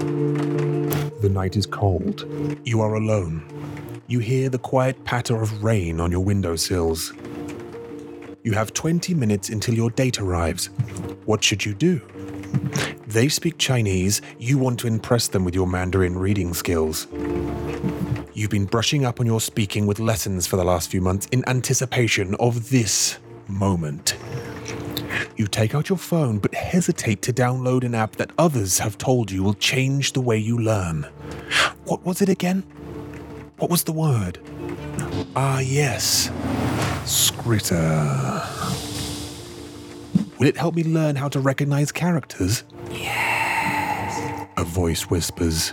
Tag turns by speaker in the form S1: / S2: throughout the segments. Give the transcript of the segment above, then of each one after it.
S1: The night is cold. You are alone. You hear the quiet patter of rain on your windowsills. You have 20 minutes until your date arrives. What should you do? They speak Chinese. You want to impress them with your Mandarin reading skills. You've been brushing up on your speaking with lessons for the last few months in anticipation of this moment. You take out your phone but hesitate to download an app that others have told you will change the way you learn. What was it again? What was the word? Ah, yes. Scritter. Will it help me learn how to recognize characters? Yes. A voice whispers.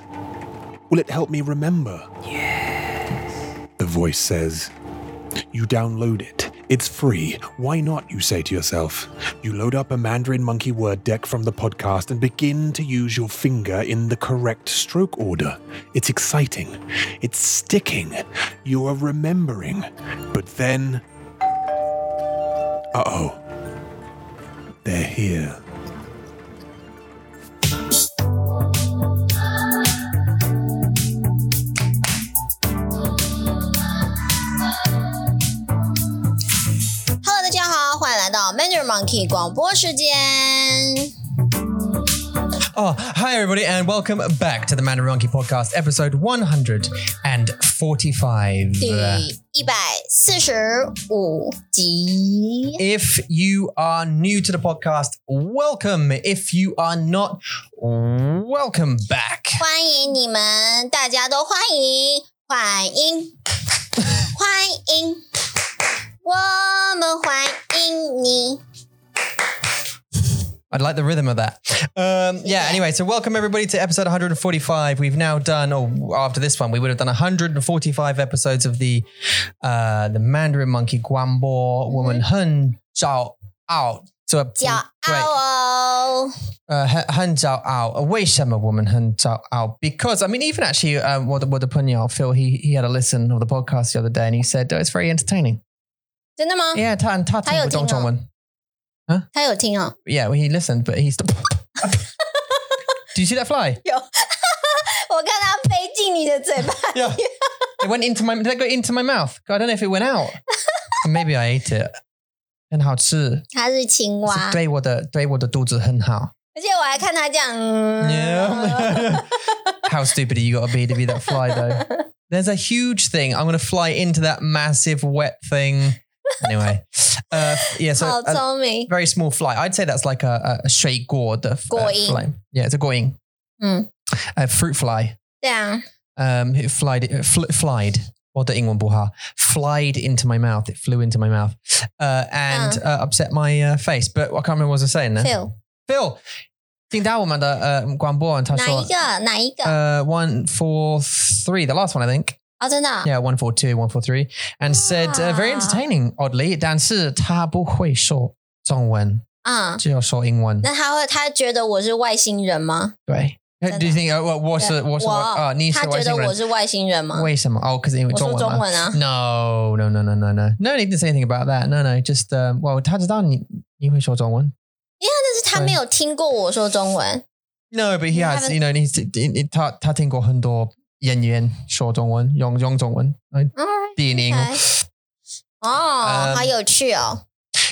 S1: Will it help me remember? Yes. The voice says. You download it. It's free. Why not, you say to yourself? You load up a Mandarin Monkey word deck from the podcast and begin to use your finger in the correct stroke order. It's exciting. It's sticking. You are remembering. But then. Uh oh. They're here.
S2: Hello，大家好，欢迎来到 Manager Monkey 广播时间。
S3: Oh, hi everybody, and welcome back to the Mandarin Monkey Podcast, episode one hundred and forty-five.
S2: 第一百四十五集，
S3: If you are new to the podcast, welcome. If you are not, welcome back.
S2: 欢迎你们，大家都欢迎，欢 迎，欢迎，我们欢迎你。
S3: I'd like the rhythm of that. Um, yeah,
S2: Yeah.
S3: anyway, so welcome everybody to episode 145. We've now done, or after this one, we would have done 145 episodes of the uh, the Mandarin Monkey Guanbo woman Hun Zhao Ao. So,
S2: 骄
S3: Right.
S2: 傲哦，
S3: uh, 很-很早熬，为什么我们很早熬？Because I mean, even actually, um, what the what the Punyao Phil he he had a listen of the podcast the other day, and he said oh, it's very entertaining.
S2: 真的吗？
S3: Yeah,
S2: 他有听哦。
S3: 他他听不懂中文。
S2: 他有听哦，
S3: Yeah, well, he listened, but he's. Do you see that fly?
S2: 有， 我看它飞进你的嘴巴。
S3: Yeah, it went into my. Did that go into my mouth? God, I don't know if it went out. Or Maybe I ate it. 很好吃，
S2: 它是青蛙，
S3: 对我的对我的肚子很好。
S2: 而且我还看它这样。嗯
S3: Yeah. How stupid you gotta be to be that fly though. There's a huge thing. I'm gonna fly into that massive wet thing. Anyway, uh, yeah. So
S2: 好
S3: a
S2: 聪明。
S3: very small fly. I'd say that's like a, a, a straight gourd. The f- uh,
S2: Goying. Hmm.
S3: fly. Yeah, it's a goying.
S2: 嗯，
S3: A fruit fly.
S2: 对啊，
S3: Um, it flied. It fl- flied. Or the England buha flied into my mouth. It flew into my mouth uh, and uh, upset my uh, face. But I can't remember what I was saying now.
S2: Uh-huh. Phil，
S3: Phil,
S2: 哪一
S3: um, 听到我们的呃广播，他说
S2: 个？哪一个？
S3: uh, one four three, the last one I think.
S2: 哦，真的啊、
S3: Yeah, one four two, one four three, and said uh, very
S2: Ah.
S3: entertaining. Oddly, 但是他不会说中文，只有说英文。对。
S2: 嗯，那他会他觉得我是外星人吗？真的。
S3: Do you think uh, what what's the, what's
S2: 我
S3: uh, 你
S2: 他觉得我是外星人吗？我说中文啊，
S3: No, no, no, no, no, no. No, he didn't say anything about that. No, no, just um, well, 他知道你你会说中文。
S2: 但是他没有听过我说中文。
S3: No, but he
S2: You
S3: has,
S2: haven't-
S3: you know, and he's,他他听过很多演员说中文，用用中文，呃
S2: 嗯，
S3: 电影，
S2: OK 哦，
S3: 嗯
S2: 好有趣哦！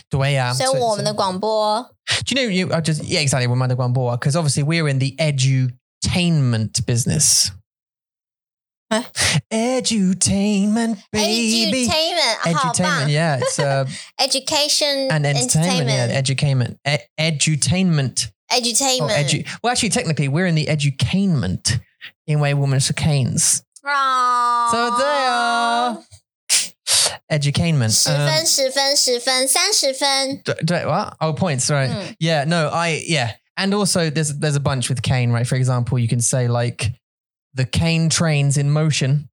S3: 对呀、
S2: 所以我们的广播
S3: do you know you I just yeah exactly we're Mother Guamboa because obviously we're in the edutainment business.
S2: Huh?
S3: Edutainment, baby.
S2: entertainment 好棒
S3: yeah, it's uh,
S2: ，education
S3: an entertainment, yeah, edutainment, e- edutainment, or
S2: entertainment
S3: Oh, edu- Well, actually, technically, we're in the educainment in way women's canes.
S2: 啊，
S3: So there are educainment.
S2: 十
S3: Um,
S2: 分十分十分三十分，
S3: d- d- what? Oh, points, right?
S2: Mm.
S3: Yeah, no, I yeah, and also there's there's a bunch with Kane, right? For example, you can say like the Kane train's in motion.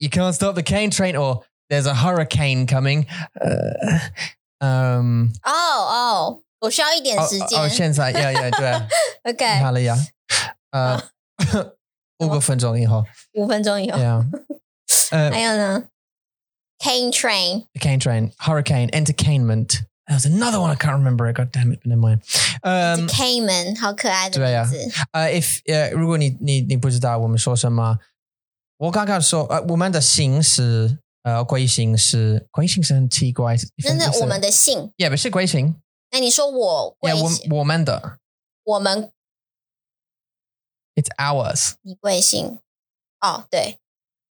S3: You can't stop the Kane train, or there's a hurricane coming. Uh, um,
S2: 哦哦，我需要一点
S3: oh,
S2: 时
S3: oh,
S2: 间。
S3: 现在- yeah, yeah, 对，
S2: OK，
S3: 好了呀。呃， 五个分钟以后，
S2: 五分钟以后，
S3: yeah. Uh,
S2: 还有呢？Cane train
S3: the Kane train, hurricane, entertainment, There was another one I can't remember it. God damn it! But never mind. Um,
S2: Cayman，好可爱的
S3: 对
S2: 名
S3: 啊
S2: 字。
S3: 呃，if Uh, 呃，如果你你你不知道我们说什么，我刚刚说呃，我们的姓是呃贵姓是贵姓是很奇怪，
S2: 真的，我们的姓。
S3: 也不是贵姓，
S2: 那你说我贵
S3: 也哎我
S2: 姓，
S3: 我们的
S2: 我们
S3: it's ours，
S2: 你贵姓？哦，对，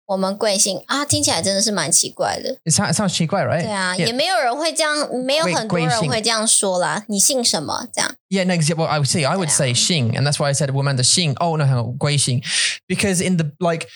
S2: 我们贵姓啊，听起来真的是蛮奇怪的。
S3: it sounds sounds 奇怪，right？
S2: 对啊，
S3: Yeah.
S2: 也没有人会这样，没有
S3: 贵
S2: 很多
S3: 贵
S2: 人
S3: 姓
S2: 会这样说啦。你姓什么？这样
S3: Yeah, no, 'cause, yeah, well, I would say I would
S2: Yeah.
S3: say Xing, and that's why I said woman the Xing. Oh no, hang on, Gui Xing, because in the like,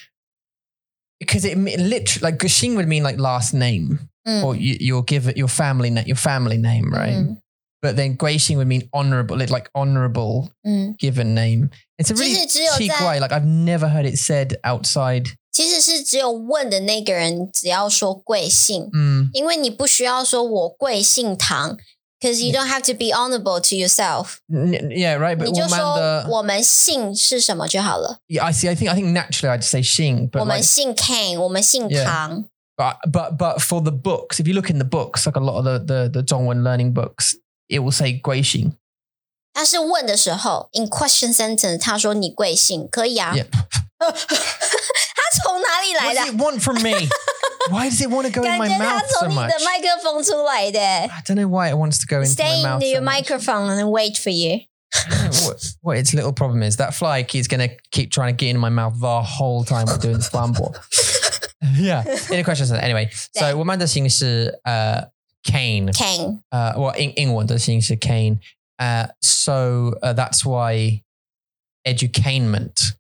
S3: because it literally like Gu Xing would mean like last name
S2: 嗯
S3: or you, your give your family name, your family name, Oh, right?
S2: 嗯
S3: But then Gui Xing would mean honorable, like, like honorable
S2: 嗯，
S3: given name. It's a
S2: Just
S3: really
S2: a drill
S3: cheap
S2: that-
S3: way. Like I've never heard it said outside.
S2: 其实是只有问的那个人，只要说贵姓，
S3: Mm,
S2: 因为你不需要说我贵姓唐，because you don't have to be honorable to yourself。
S3: N- yeah, right. But
S2: 你就
S3: woman
S2: 说
S3: the
S2: 我们姓是什么就好了。
S3: yeah, I see. I think I think naturally I'd say Xing,
S2: 我
S3: but
S2: 们
S3: like,
S2: 姓 Kane，我们姓
S3: Yeah.
S2: 唐。
S3: But but but for the books, if you look in the books, like a lot of the the the Zhongwen learning books, it will say Guixing.
S2: 他是问的时候，in question sentence，他说你贵姓？可以啊。
S3: Yep.
S2: 他从哪里
S3: What
S2: 来
S3: does
S2: 的？
S3: it want from me? why does it want to go in
S2: 感
S3: my
S2: 觉他
S3: mouth so
S2: 从你
S3: much?
S2: 的麦克风出来的。
S3: I don't know why it wants to go into
S2: Stay
S3: my mouth.
S2: in your
S3: so much.
S2: microphone and wait for you。
S3: I don't know what, what its little problem is that fly keeps going to keep trying to get in my mouth the whole time we're doing this flamboy. yeah. Any questions? Anyway,
S2: Yeah.
S3: so 我们的姓是呃 Kane。
S2: Kane，
S3: uh, well, in England, the things are Kane. Uh, so uh, that's why edutainment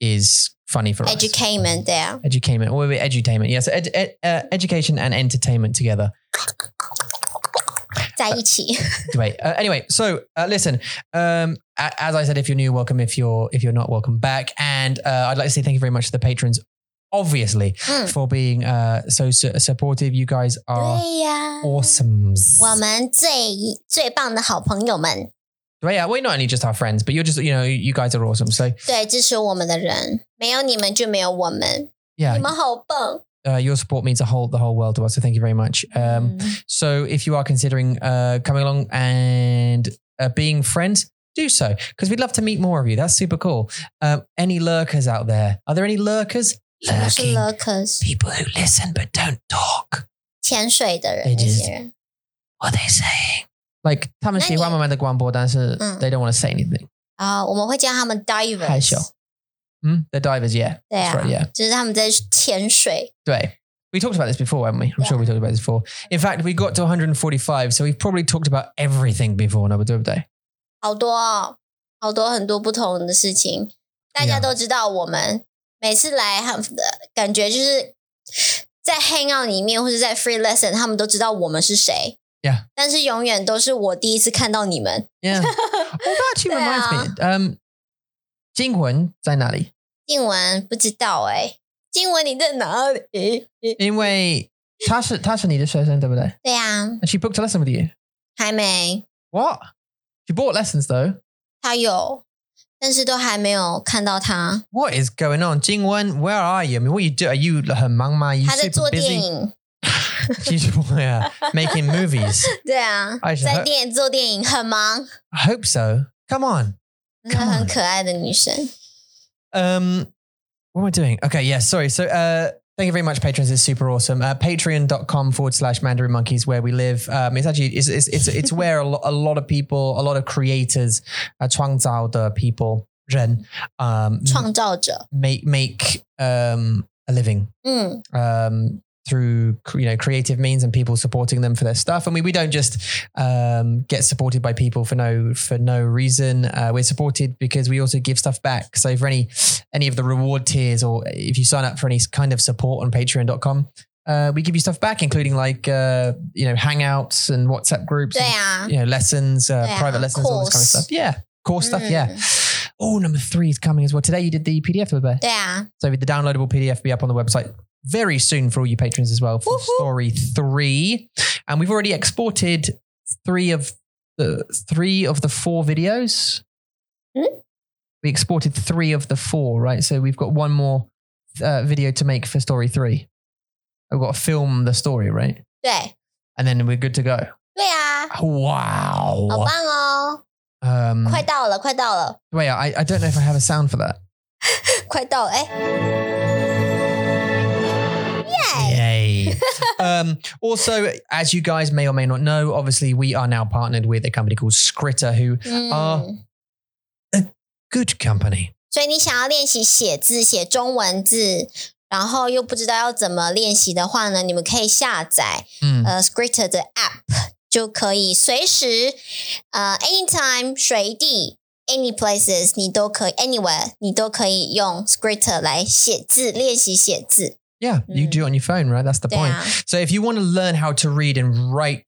S3: is funny for us.
S2: education，对啊。
S3: Educainment, or maybe edutainment. Yeah, so ed- ed- uh, education and entertainment together.
S2: 在一起。
S3: Debate. Uh, anyway, so uh, listen. Um, a- as I said, if you're new, welcome. If you're if you're not, welcome back. And uh, I'd like to say thank you very much to the patrons, obviously,
S2: 嗯，
S3: for being uh, so su- supportive. You guys are
S2: 对呀。
S3: awesomes.
S2: 我们最最棒的好朋友们，
S3: Right, yeah, we're not only just our friends, but you're just you know you guys are awesome. So
S2: 对支持我们的人，没有你们就没有我们。
S3: yeah,
S2: 你们好棒。
S3: uh, your support means a whole the whole world to us. So thank you very much.
S2: 嗯，
S3: Um, So if you are considering uh, coming along and uh, being friends, do so because we'd love to meet more of you. That's super cool. Um, any lurkers out there? Are there any lurkers?
S2: 什么是
S3: Lurking
S2: lurkers？
S3: people who listen but don't talk.
S2: 潜水的人
S3: They
S2: 那
S3: just-
S2: 些人。
S3: What are they saying? Like 他们喜欢慢慢地逛波，但是
S2: 嗯。
S3: they don't want to say anything.
S2: 啊，我们会叫他们 divers。
S3: 害羞 Mm? They're divers, yeah.
S2: 对
S3: That's
S2: 啊
S3: right, yeah.
S2: 就是他们在潜水。
S3: Right. We talked about this before, haven't we? I'm sure
S2: Yeah.
S3: we talked about this before. In fact, we got to 145, so we've probably talked about everything before, no, but
S2: 好多哦，好多很多不同的事情，大家
S3: Yeah.
S2: 都知道。我们每次来，他们的感觉就是在 hang out 里面或者在 free lesson，他们都知道我们是谁。
S3: Yeah.
S2: 但是永远都是我第一次看到你们。
S3: Yeah. oh, that actually reminds me. Um, 中文在哪里？
S2: 静文不知道哎、静文你在哪里？
S3: 因为她是-她是你的学生，对不对？
S2: 对啊，
S3: And she booked a lesson with you.
S2: 还没，
S3: What? She bought lessons though.
S2: 他有，但是都还没有看到他。
S3: What is going on? Jingwen, where are you? I mean, what you do? Are you her mangma? You
S2: 他在
S3: super
S2: 做电
S3: busy?
S2: 影，
S3: She's yeah, making movies.
S2: 对啊
S3: 哎，是
S2: 在电做电影很忙，
S3: I hope so. Come on.
S2: 那
S3: Come on
S2: 很可爱的女生。
S3: Um, what am I doing? Okay, yeah, sorry. So, uh, thank you very much, patrons. It's super awesome. Uh, Patreon.com forward slash Mandarin Monkeys, where we live. Um, it's actually it's it's it's, it's where a, lo- a lot of people, a lot of creators, uh, 创造的 people, 人, um,
S2: 创造者。
S3: make make um a living
S2: 嗯，
S3: um, through cr- you know creative means and people supporting them for their stuff. And we, we don't just um, get supported by people for no for no reason. Uh, we're supported because we also give stuff back. So for any any of the reward tiers or if you sign up for any kind of support on Patreon.com. Uh, we give you stuff back, including like uh, you know hangouts and WhatsApp groups,
S2: 对
S3: and,
S2: 啊，
S3: you know lessons, uh,
S2: Yeah,
S3: private lessons, all this
S2: course.
S3: kind of
S2: Mm.
S3: stuff. Yeah, course stuff. Yeah. Oh, number three is coming as well. Today you did the PDF of it.
S2: 对啊，
S3: So the downloadable PDF will be up on the website very soon for all you patrons as well for
S2: Woohoo.
S3: story three. And we've already exported three of the three of the four videos.
S2: Hmm?
S3: We exported three of the four, right? So we've got one more uh, video to make for story three. I've got to film the story, right?
S2: 对
S3: And then we're good to go.
S2: 对啊。啊，好
S3: Wow.
S2: 棒哦！
S3: Um,
S2: 快到了，快到了，
S3: wait, I, I don't know if I have a sound for that.
S2: 快到了！哎，
S3: Yay. um, also, as you guys may or may not know, obviously we are now partnered with a company called Scritter, who
S2: 嗯，
S3: 啊good company.
S2: 所以你想要练习写字、写中文字，然后又不知道要怎么练习的话呢，你们可以下载
S3: Mm.
S2: 呃 Scritter 的 App，就可以随时呃 anytime 随地 any places 你都可以 anywhere 你都可以用 Scritter 来写字，练习写字。
S3: yeah, you
S2: Mm.
S3: do it on your phone, right? That's the
S2: 对
S3: point.
S2: 啊，
S3: So if you want to learn how to read and write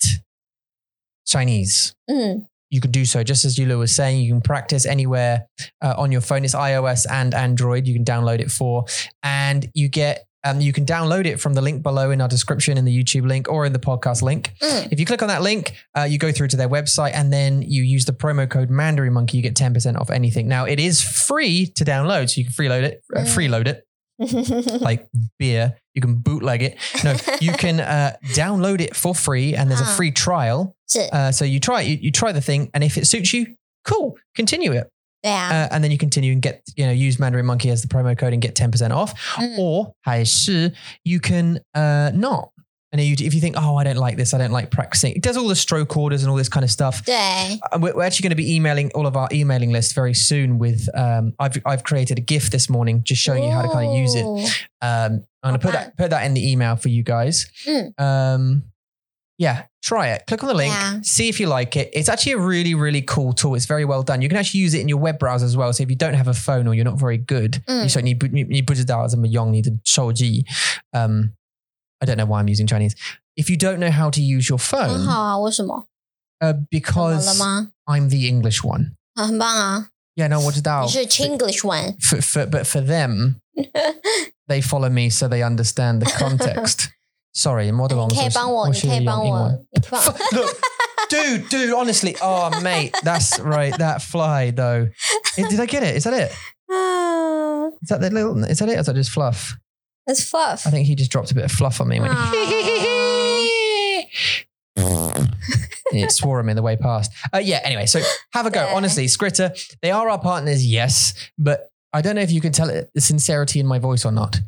S3: Chinese,
S2: 嗯，
S3: you can do so just as Yula was saying. You can practice anywhere uh, on your phone. It's iOS and Android. You can download it for, and you get um, you can download it from the link below in our description, in the YouTube link or in the podcast link.
S2: Mm.
S3: If you click on that link, uh, you go through to their website, and then you use the promo code Mandarin Monkey. You get ten percent off anything. Now it is free to download, so you can freeload it, uh,
S2: Mm.
S3: freeload it like beer. You can bootleg it. No, you can uh, download it for free, and there's a
S2: Ah.
S3: free trial.
S2: 是，
S3: Uh, so you try it, you, you try the thing, and if it suits you, cool, continue it,
S2: 对啊，
S3: uh, and then you continue and get you know use Mandarin Monkey as the promo code and get ten percent off,
S2: Mm.
S3: or 还是 you can uh, not. And you, if you think, oh, I don't like this, I don't like practicing, it does all the stroke orders and all this kind of stuff.
S2: 对，
S3: And we're, we're actually going to be emailing all of our emailing lists very soon. With um, I've I've created a GIF this morning, just showing you how to kind of use it.
S2: 哦
S3: Um, I'm going to put that put that in the email for you guys.
S2: Mm.
S3: Um, yeah, try it. Click on the link,
S2: Yeah.
S3: see if you like it. It's actually a really, really cool tool. It's very well done. You can actually use it in your web browser as well. So if you don't have a phone or you're not very good,
S2: Mm.
S3: you so need need put it down as a young need to Um, I don't know why I'm using Chinese. If you don't know how to use your
S2: 很
S3: phone,
S2: 好啊，为什么？
S3: uh,
S2: 怎么
S3: because
S2: 了吗？
S3: I'm the English one.
S2: 啊很棒啊，
S3: Yeah, no, what
S2: 你
S3: about?
S2: 是 Chinglish one，
S3: For, for, but for them, they follow me so they understand the context. Sorry, more
S2: 你
S3: than
S2: 可以帮我，你可以帮我，你可以帮我
S3: Look, dude, dude, honestly, oh mate, that's right. That fly though. Eh, Did I get it? Is that it?
S2: 啊
S3: Is that the little? Is that it? Or is that just fluff?
S2: ，It's fluff
S3: I。think he just dropped a bit of fluff on me. When he it swore at me the way past. Uh, yeah. Anyway, so have a go.
S2: Yeah.
S3: Honestly, Scritter, they are our partners, yes, but I don't know if you can tell it, the sincerity in my voice or not.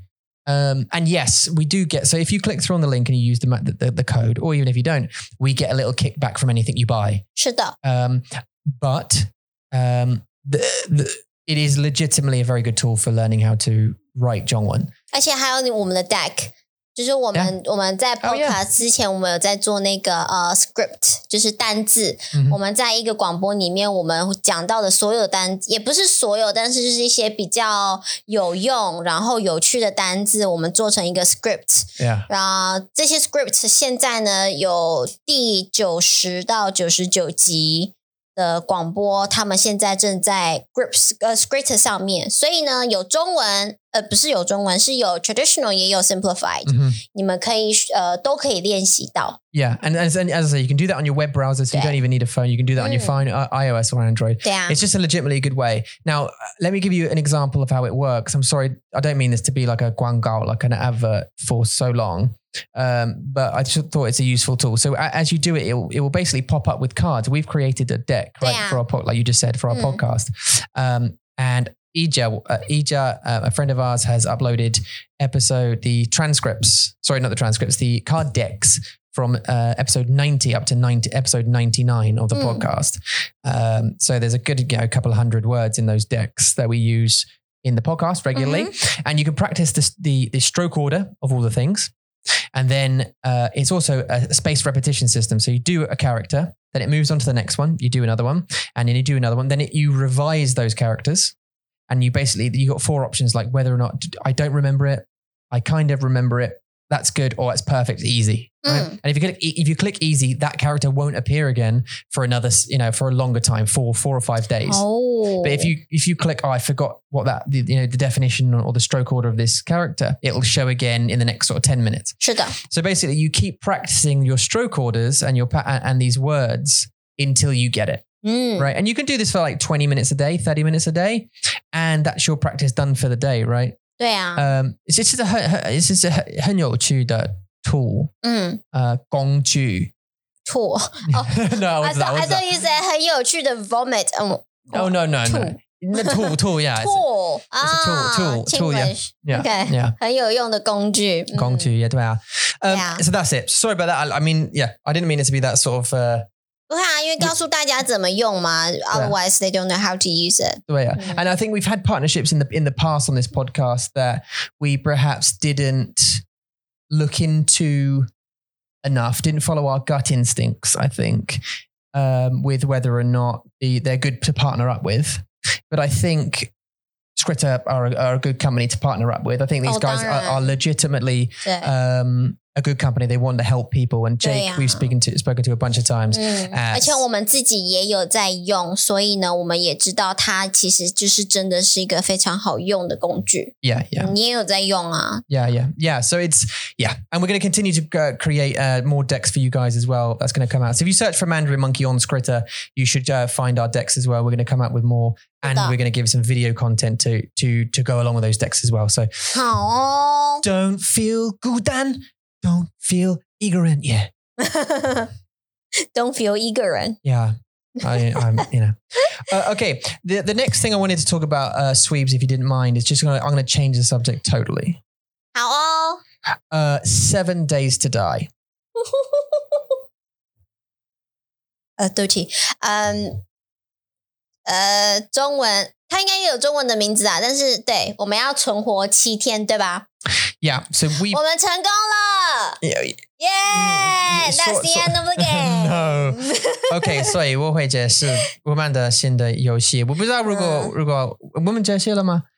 S3: Um, and yes, we do get. So if you click through on the link and you use the, ma- the the the code, or even if you don't, we get a little kickback from anything you buy.
S2: 是的，
S3: Um, but um, the, the, it is legitimately a very good tool for learning how to write Zhongwen.
S2: 而且还有你我们的 deck，就是我们我们在
S3: Oh, yeah.
S2: podcast 之前，我们有在做那个呃 script，就是单字。
S3: Mhm.
S2: 我们在一个广播里面，我们讲到的所有单，也不是所有，但是就是一些比较有用然后有趣的单字，我们做成一个 script。
S3: Yeah.
S2: 然后这些 script 现在呢有第九十到九十九集的广播，他们现在正在 grips 呃 script 上面，所以呢有中文，呃不是有中文，是有 traditional 也有 simplified，、
S3: Mhm.
S2: 你们可以呃都可以练习到，
S3: Yeah, and as, and as I say, you can do that on your web browser, so you
S2: Yeah.
S3: don't even need a phone. You can do that on your
S2: Mm.
S3: phone, uh, iOS or Android.
S2: 对啊，
S3: It's just a legitimately good way. Now, uh, let me give you an example of how it works. I'm sorry, I don't mean this to be like a guangao, like an advert for so long, um, but I just thought it's a useful tool. So a- as you do it, it will, it will basically pop up with cards. We've created a deck, right,
S2: Yeah.
S3: for our pod, like you just said, for our
S2: Mm.
S3: podcast. Um, and Ija, uh, Ija, uh, a friend of ours, has uploaded episode the transcripts. Sorry, not the transcripts, the card decks from uh, episode 90 up to 90 episode 99 of the
S2: Mm.
S3: podcast um, so there's a good you know, couple of hundred words in those decks that we use in the podcast regularly and you can practice this, the the stroke order of all the things and then uh, it's also a spaced repetition system so you do a character then it moves on to the next one you do another one and then you do another one then it, you revise those characters and you basically you got four options like whether or not i don't remember it i kind of remember it that's good or it's perfect easy right?
S2: Mm.
S3: and if you click e, if you click easy that character won't appear again for another s- you know for a longer time for four or five days
S2: 哦，
S3: but if you if you click, oh, I forgot what that the, you know the definition or the stroke order of this character, it'll show again in the next sort of ten minutes.
S2: 是的，
S3: So basically, you keep practicing your stroke orders and your pa- and and these words until you get it
S2: 嗯，
S3: right. And you can do this for like twenty minutes a day, thirty minutes a day, and that's your practice done for the day, right?
S2: 对啊，
S3: Um, it's just a it's just a 很有趣的 tool,
S2: 嗯，
S3: uh, 工具
S2: 吐。哦
S3: no,
S2: I
S3: what's that?
S2: thought I thought
S3: What's that?
S2: you said 很有趣的 vomit，嗯，
S3: Oh no, no, no.
S2: Tool.
S3: No, Tool, tool, yeah. it's-
S2: 吐啊
S3: tool, tool, yeah.
S2: Chinglish
S3: Yeah,
S2: Okay.
S3: yeah.
S2: 很有用的工具，嗯
S3: Gong to yeah, yeah. Um,
S2: Yeah.
S3: So that's it. Sorry about that. I, I mean, yeah, I didn't mean it to be that sort of. Uh,
S2: 不是啊，因为告诉大家怎么用嘛，otherwise they don't know how to use it。
S3: the way.
S2: Mm.
S3: And I think we've had partnerships in the in the past on this podcast that we perhaps didn't look into enough, didn't follow our gut instincts. I think um, with whether or not the, they're good to partner up with, but I think. Scritter are, a- are a good company to partner up with. I think these
S2: Oh,
S3: guys are,
S2: darn.
S3: are legitimately
S2: 对，
S3: um, a good company. They want to help people. And Jake,
S2: Yeah.
S3: we've spoken to spoken to a bunch of times.
S2: 嗯，
S3: at-
S2: 而且我们自己也有在用，所以呢，我们也知道它其实就是真的是一个非常好用的工具。
S3: Yeah, yeah.
S2: 你也有在用啊，
S3: Yeah, yeah, yeah. So it's yeah, and we're going to continue to uh, create uh, more decks for you guys as well. That's going to come out. So if you search for Mandarin Monkey on Scritter, you should uh, find our decks as well. We're going to come out with more, and
S2: Good.
S3: we're going to give some video content to to to go along with those decks as well. So
S2: 好哦。
S3: don't feel gudan, don't feel ignorant. Yeah,
S2: Don't feel 一个人。
S3: yeah. I, I'm, you know, uh, okay. The the next thing I wanted to talk about, uh, sweeps, if you didn't mind, is just gonna I'm gonna change the subject totally.
S2: 好哦，
S3: Uh, seven days to die.
S2: 呃，对不起，嗯，呃，中文它应该也有中文的名字啊，但是对，我们要存活七天，对吧？
S3: Yeah. So we.
S2: 我们成功了
S3: Yeah,
S2: ，Yeah,
S3: 嗯说
S2: that's the
S3: 说
S2: end of the game.
S3: No. OK，所以我会解释我们的新的游戏。我不知道如果、
S2: 嗯
S3: 如果我们解释了吗？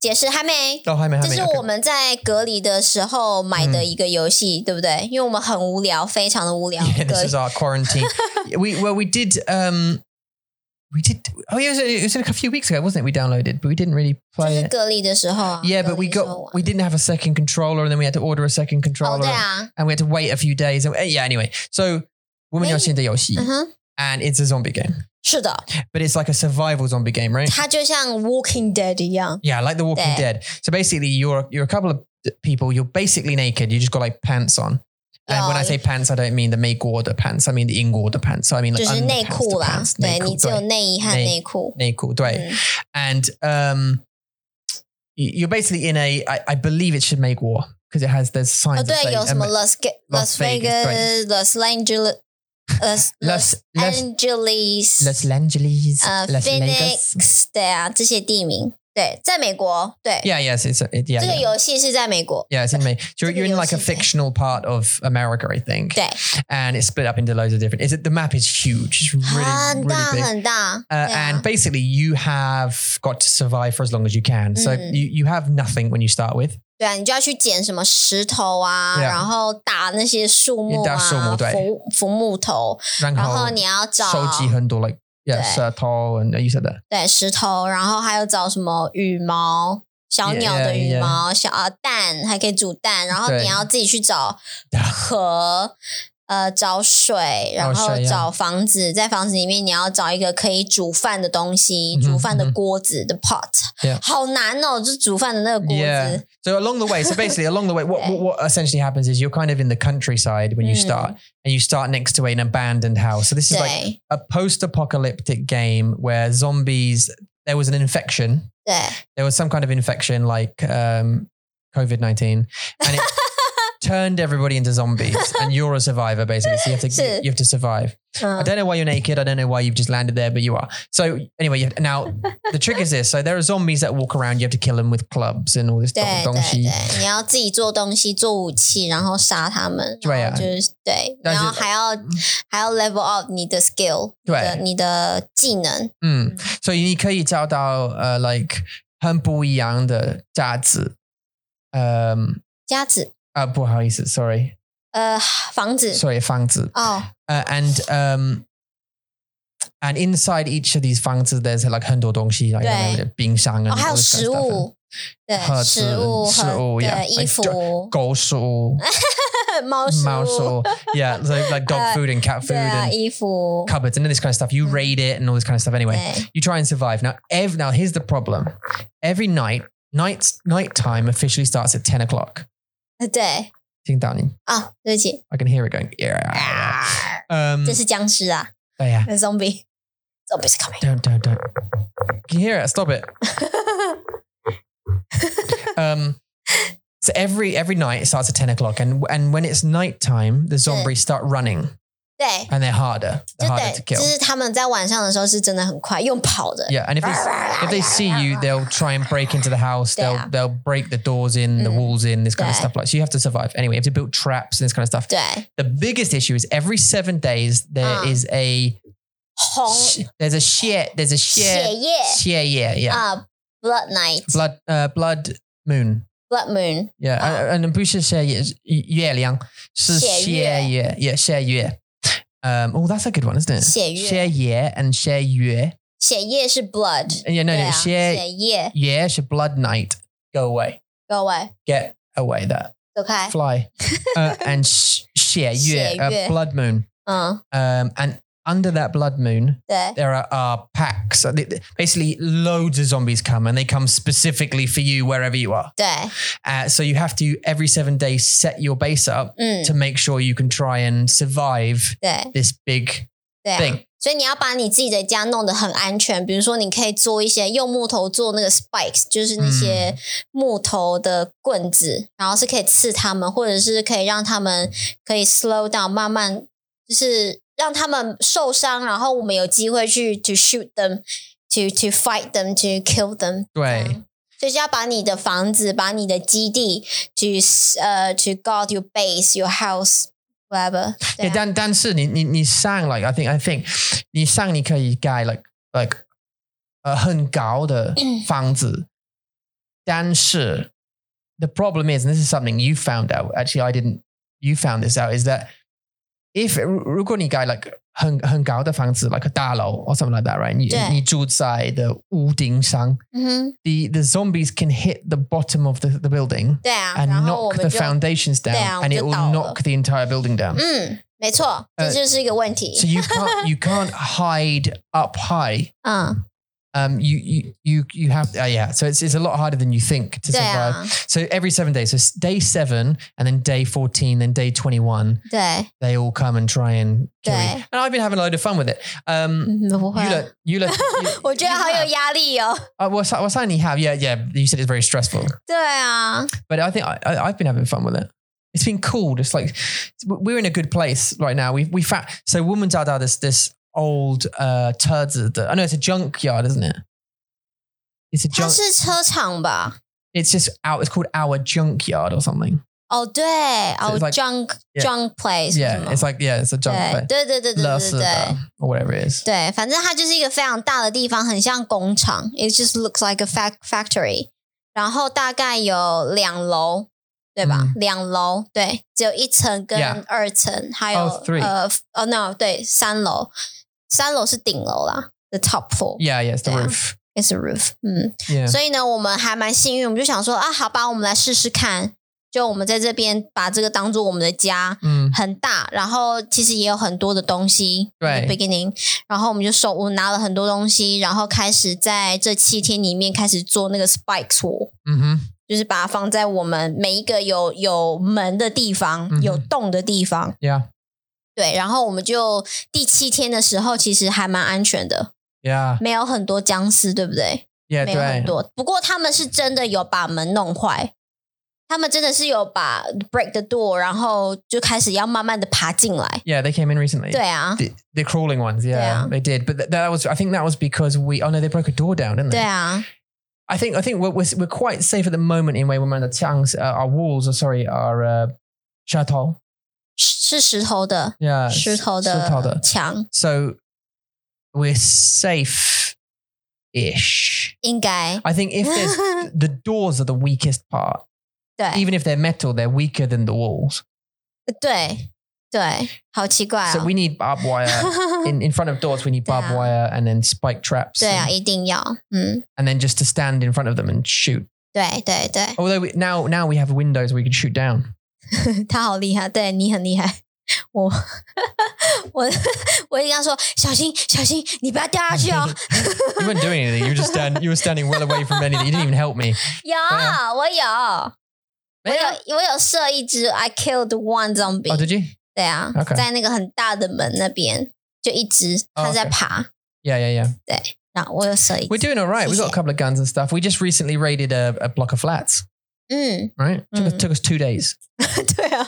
S2: 解释还没。
S3: 哦，还没，还
S2: 这
S3: 没。
S2: 是
S3: OK 嗯
S2: 我们在隔离的时候买的一个游戏，对不对？因为我们很无聊，非常的无 聊。
S3: Yeah,
S2: 隔
S3: this is our quarantine. we well, we did. Um, we did. Oh, yeah, it was, it was like a few weeks ago, wasn't it? We downloaded, but we didn't really
S2: 就
S3: play
S2: 是
S3: it.
S2: 隔离的时候啊。
S3: Yeah, but
S2: 隔离
S3: we
S2: 的时候
S3: got we didn't have a second controller, and then we had to order a second
S2: 玩哦，
S3: controller,
S2: 对啊，
S3: and we had to wait a few days. And, eh, yeah, anyway, so woman
S2: Maybe-
S3: Yoshinda Yoshi,
S2: 嗯哼，
S3: and it's a zombie game,
S2: 是 的，
S3: but it's like a survival zombie game, right?
S2: 它就像 Walking Dead 一样。
S3: Yeah, like The Walking
S2: There.
S3: Dead. So basically, you're you're a couple of people. You're basically naked. You just got like pants on. And when I
S2: Oh.
S3: say pants, I don't mean the make order pants. I mean the in order pants. So I mean
S2: 就
S3: like
S2: 是内
S3: underpants
S2: 裤
S3: to
S2: 啦
S3: pants,，
S2: 对
S3: 内裤,
S2: 你只有内衣和
S3: 内
S2: 内裤。
S3: 内裤,对。
S2: 嗯
S3: And um, y- you're basically in a. I, I believe it should make war because it has there's
S2: 哦，
S3: signs. that
S2: 对，
S3: say-
S2: 有什么
S3: um,
S2: Las Ga-
S3: Las
S2: Las
S3: Vegas，
S2: Vegas、Los Angeles、Las
S3: Las-
S2: Los
S3: Las-
S2: Angeles、
S3: Los Angeles,
S2: 呃
S3: Las
S2: Uh,
S3: Vegas.
S2: Phoenix，对啊，这些地名，对，在美国，对，
S3: Yeah, yes, it's a, it, yeah,
S2: 这个
S3: yeah.
S2: 游戏是在美国，
S3: Yeah, it's in me. So
S2: 这个
S3: you're in like
S2: 游
S3: a
S2: 戏在
S3: fictional part of America, I think.
S2: 对，
S3: and it's split up into loads of different. Is it the map is huge, it's really,
S2: 很
S3: really
S2: 大
S3: big.
S2: 很大，
S3: Uh,
S2: 对
S3: And
S2: 啊，
S3: basically, you have got to survive for as long as you can. So
S2: Mm.
S3: you, you have nothing when you start with.
S2: 对啊，你就要去捡什么石头啊，
S3: Yeah
S2: 然后打那些树木
S3: 打
S2: 啊，
S3: 树木对
S2: 伐伐木头，
S3: 然
S2: 然
S3: 后
S2: 后你要找
S3: 收集很多 like yeah
S2: 对。
S3: 石头 and you said that
S2: 对石头，然后还有找什么羽毛。小
S3: Yeah,
S2: 鸟的
S3: yeah,
S2: 羽
S3: yeah.
S2: 毛小啊蛋还可以煮蛋，然后
S3: 对
S2: 你要自己去 找
S3: Yeah.
S2: 河，呃，找水，然后
S3: 哦水，yeah.
S2: 找房子，在房子里面你要找一个可以煮饭的东西，
S3: 嗯哼
S2: 煮饭
S3: 嗯
S2: 的
S3: 哼
S2: 锅子的 pot，
S3: Yeah.
S2: 好难哦，就是煮饭的那个锅
S3: yeah.
S2: 子，
S3: So along the way, so basically along the way, what,
S2: Okay.
S3: what what essentially happens is you're kind of in the countryside when you
S2: Mm.
S3: start, and you start next to an abandoned house. So this is like
S2: 对
S3: a post-apocalyptic game where zombies. There was an infection.
S2: 对，
S3: there was some kind of infection like um, COVID 19 and it turned everybody into zombies and you're a survivor basically. So you have to,
S2: Sure.
S3: you have to survive. I
S2: 嗯，
S3: don't know why you're naked. I don't know why you've just landed there, but you are. So anyway, you now the trick is this. So there are zombies that walk around. You have to kill them with clubs and all this
S2: 对对
S3: dong dong shi.
S2: 对，你要自己做东西，做武器，然后杀他们，
S3: 对啊
S2: 然后就是对，
S3: 但
S2: 然
S3: 是嗯
S2: 后还要还要 level up 你的 skill，你的
S3: 对
S2: 你的技能，
S3: Mm. So you can uh, like 很不一样的价值. Um,
S2: 家子，
S3: uh, 不好意思, sorry.
S2: 呃，房子，
S3: Sorry, 房子.
S2: 哦，
S3: uh, and um and inside each of these fangzas there's like 很多东西 like
S2: 对。
S3: 冰箱 and
S2: 哦，
S3: all
S2: 还有
S3: this kind
S2: 食
S3: of stuff.
S2: 物，对
S3: 盒，子
S2: 食物
S3: 食
S2: 和
S3: 物
S2: 对
S3: yeah，
S2: 衣
S3: like
S2: 服
S3: And，狗食物
S2: 猫食物，
S3: mouse yeah so like dog
S2: Uh,
S3: food and cat food
S2: 对啊，
S3: and
S2: 衣服，
S3: cupboards and all this kind of stuff you
S2: Mm.
S3: raid it and all this kind of stuff anyway
S2: 对呃
S3: you try and survive now ev- now here's the problem every night night night time officially starts at 10 o'clock
S2: 对
S3: Ding dong.
S2: 啊，对不起，
S3: I can hear it going yeah Um,
S2: 这是僵尸啊，
S3: 对呀、
S2: 那 zombie zombies coming。
S3: Don't, don't, don't. Can you hear it? Stop it. Um, so every every night it starts at ten o'clock, and and when it's nighttime, the zombies start running,
S2: 对，
S3: and they're harder,
S2: 就
S3: they're harder
S2: 得
S3: to
S2: 就
S3: kill.
S2: 是他们在晚上的时候是真的很快，用跑的。
S3: Yeah, and if they if they see you, they'll try and break into the house. They'll
S2: Yeah.
S3: they'll break the doors in, the
S2: Mm.
S3: walls in, this kind of
S2: Yeah.
S3: stuff. Like so, you have to survive anyway. You have to build traps and this kind of stuff.
S2: 对，
S3: The biggest issue is every seven days there
S2: Ah.
S3: is a
S2: 红
S3: sh- there's a share there's a
S2: 血
S3: share
S2: 液
S3: share yeah yeah
S2: 啊，blood night,
S3: blood uh, blood moon
S2: blood moon。
S3: Yeah,
S2: Ah.
S3: and and
S2: 血月。
S3: 不是血液，是血液，yeah，血液。Um, oh, that's a good one, isn't it?
S2: 血月。
S3: 血液 and 血月.
S2: 血液是 blood，
S3: Yeah, no,
S2: 对
S3: no,
S2: 啊，
S3: 血
S2: 血液，
S3: yeah, 是 blood night. Go away.
S2: 各位
S3: Get away that.
S2: 走开。
S3: Fly. uh, and 血月, uh,
S2: 血月。
S3: blood moon.
S2: 嗯，
S3: Um, and under that blood moon,
S2: 对
S3: there are, are packs. Uh, they- they- Basically, loads of zombies come and they come specifically for you wherever you are.
S2: 对，
S3: Uh, so you have to, every seven days, set your base up
S2: 嗯，
S3: to make sure you can try and survive
S2: 对
S3: this big
S2: 对啊。
S3: thing.
S2: 所以你要把你自己的家弄得很安全，比如说你可以做一些用木头做那个 spikes，就是那些木头的棍子，然后是可以刺他们，或者是可以让他们可以 slow down，慢慢就是让他们受伤，然后我们有机会去 to shoot them。To to fight them, to kill them，
S3: 对
S2: 这样所以就要把你的房子、把你的基地去呃、to guard your base, your house, whatever 对啊。
S3: Yeah, Dan Dan Sidney, you, you sang like I think I think you sang you can guy like like a the problem is, and this is something you found out. Actually, I didn't. You found this out is that if 如果你盖 like 很很高的房子 like a 大楼 or something like that, right?
S2: 对。
S3: 你你住在的屋顶上，the
S2: 嗯哼，
S3: the zombies can hit the bottom of the the building
S2: 对啊，
S3: and
S2: 然后我
S3: knock
S2: 们
S3: the
S2: 就
S3: foundations down,
S2: 对啊，
S3: and it will
S2: 我们就倒了。
S3: knock the entire building down.
S2: 嗯，没错，这
S3: 呃
S2: 就是一个问题。
S3: So you can't you can't hide up high.
S2: 嗯，
S3: Um, you you you you have uh, yeah. So it's it's a lot harder than you think to
S2: 对
S3: survive.
S2: 啊，
S3: So every seven days, so s- day seven, and then day fourteen, then day twenty one,
S2: 对，
S3: they all come and try and kill you.
S2: Yeah.
S3: And I've been having a load of fun with it. Um,
S2: 嗯，不
S3: you
S2: 会啊，
S3: look you look. you-
S2: 我觉
S3: you
S2: 得好有
S3: have-
S2: 压力哦。
S3: uh, what's that- what's that you have? Yeah, yeah. You said it's very stressful,
S2: 对啊，
S3: but I think I, I, I've been having fun with it. It's been cool. Just like we're in a good place right now. We we fa- so woman's out this this old uh turds. at the- I know it's a junkyard, isn't it? It's a
S2: 它
S3: junk.
S2: 是车厂吧？
S3: It's just out. It's called our junkyard or something.
S2: 哦，对，
S3: So
S2: 哦
S3: it's like-
S2: ，junk
S3: Yeah.
S2: junk place，什
S3: Yeah,
S2: 么
S3: it's like yeah, it's a junk.
S2: 对
S3: place.
S2: 对对对对对
S3: Lust,
S2: 对对
S3: uh,。or whatever it is.
S2: 对，反正它就是一个非常大的地方，很像工厂。It just looks like a fac factory。然后大概有两楼，对吧？
S3: 嗯
S2: 两楼，对，只有一层跟
S3: Yeah.
S2: 二层，还有、
S3: Oh, three.
S2: 呃哦 no，对，三楼，三楼是顶楼啦，the top floor
S3: Yeah, yeah, it's the
S2: Yeah.
S3: roof.
S2: is a roof。嗯，
S3: Yeah.
S2: 所以呢，我们还蛮幸运，我们就想说啊，好吧，我们来试试看。就我们在这边把这个当做我们的家，
S3: Mm.
S2: 很大，然后其实也有很多的东西。
S3: 对
S2: b e g i n n i n g 然后我们就手我拿了很多东西，然后开始在这七天里面开始做那个 spikes wall，
S3: hmm
S2: 就是把它放在我们每一个有有门的地方、
S3: 嗯哼
S2: 有洞的地方。
S3: Yeah.
S2: 对，然后我们就第七天的时候，其实还蛮安全的，
S3: Yeah.
S2: 没有很多僵尸，对不对？
S3: Yeah.
S2: 没有很
S3: Right.
S2: 多，不过他们是真的有把门弄坏。他们真的是有把 break the door，然后就开始要慢慢的爬进来。
S3: Yeah, they came in recently.
S2: 对啊，
S3: The, the crawling ones,
S2: Yeah.
S3: yeah, they did. But th- that was, I think, that was because we. Oh no, they broke a door down, didn't they?
S2: 对啊，
S3: I think, I think we're, we're, we're quite safe at the moment in way when the tongues, uh, our walls, are sorry, our uh, chateau,
S2: 是石头的，
S3: yeah,
S2: 石头
S3: s- 呃石头的
S2: 的墙，
S3: So we're safe, ish.
S2: 应该
S3: I think 啊 if there's the doors are the weakest part.
S2: 对
S3: Even if they're metal, they're weaker than the walls.
S2: 对对，好奇怪啊
S3: So！we 呃 need barbed wire. In, in front of doors, we need barbed
S2: Yeah.
S3: wire and then spike traps,
S2: 对啊，
S3: and,
S2: 一定要，嗯，
S3: and then just to stand in front of them and shoot.
S2: 对对对，
S3: Although we, now now we have windows we can shoot down.
S2: 他好厉害，对你很厉害，我我我一定要说小心小心，你不要掉下去哦！
S3: You weren't doing anything. You were just stand, you were standing well away from anything. You didn't even help me.
S2: 有
S3: 啊
S2: 我有我
S3: Yeah.
S2: 有我有射一只，I killed one
S3: Oh,
S2: zombie，
S3: 哦 did you?
S2: 对啊
S3: OK
S2: 在那个很大的门那边，就一只
S3: 哦
S2: 它在
S3: OK
S2: 爬
S3: Yeah, yeah, yeah.
S2: 然后我有射一
S3: We're
S2: 只，
S3: doing all right. We've got a couple of guns and stuff. We just recently raided a, a block of flats,
S2: 嗯，
S3: right? Took, us,
S2: Mm.
S3: took us two days.
S2: 对啊。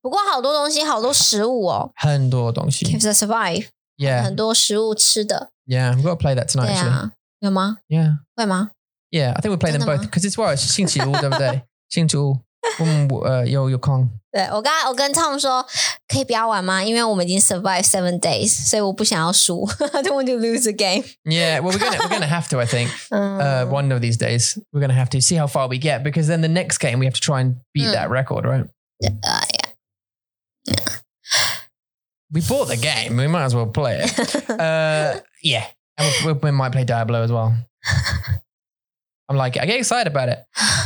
S2: 不过好多东西，好多食物哦
S3: 很多东西.
S2: ，keeps the survive，
S3: Yeah,
S2: 很多食物吃的，
S3: yeah. We've got to play that tonight,
S2: 对
S3: actually.
S2: 啊，有吗？
S3: Yeah.
S2: 会吗？
S3: Yeah, I think we play them both
S2: Dunno.
S3: because it's why Xing Qi all the other day. Xing Qi all. Woman, uh, yo, yo, Kong.
S2: 对我刚才我跟 Tom 说，可以不要玩吗？因为我们已经 survive seven days，所以我不想要输 ，I don't want to lose the game。
S3: Yeah, well, we're gonna we're gonna have to. I think
S2: 嗯，
S3: uh, one of these days we're gonna have to see how far we get because then the next game we have to try and beat
S2: Mm.
S3: that record, right?
S2: 呃
S3: We bought the game. We might as well play it. uh, yeah, and we, we, we might play Diablo as well. I'm like, I get excited about it.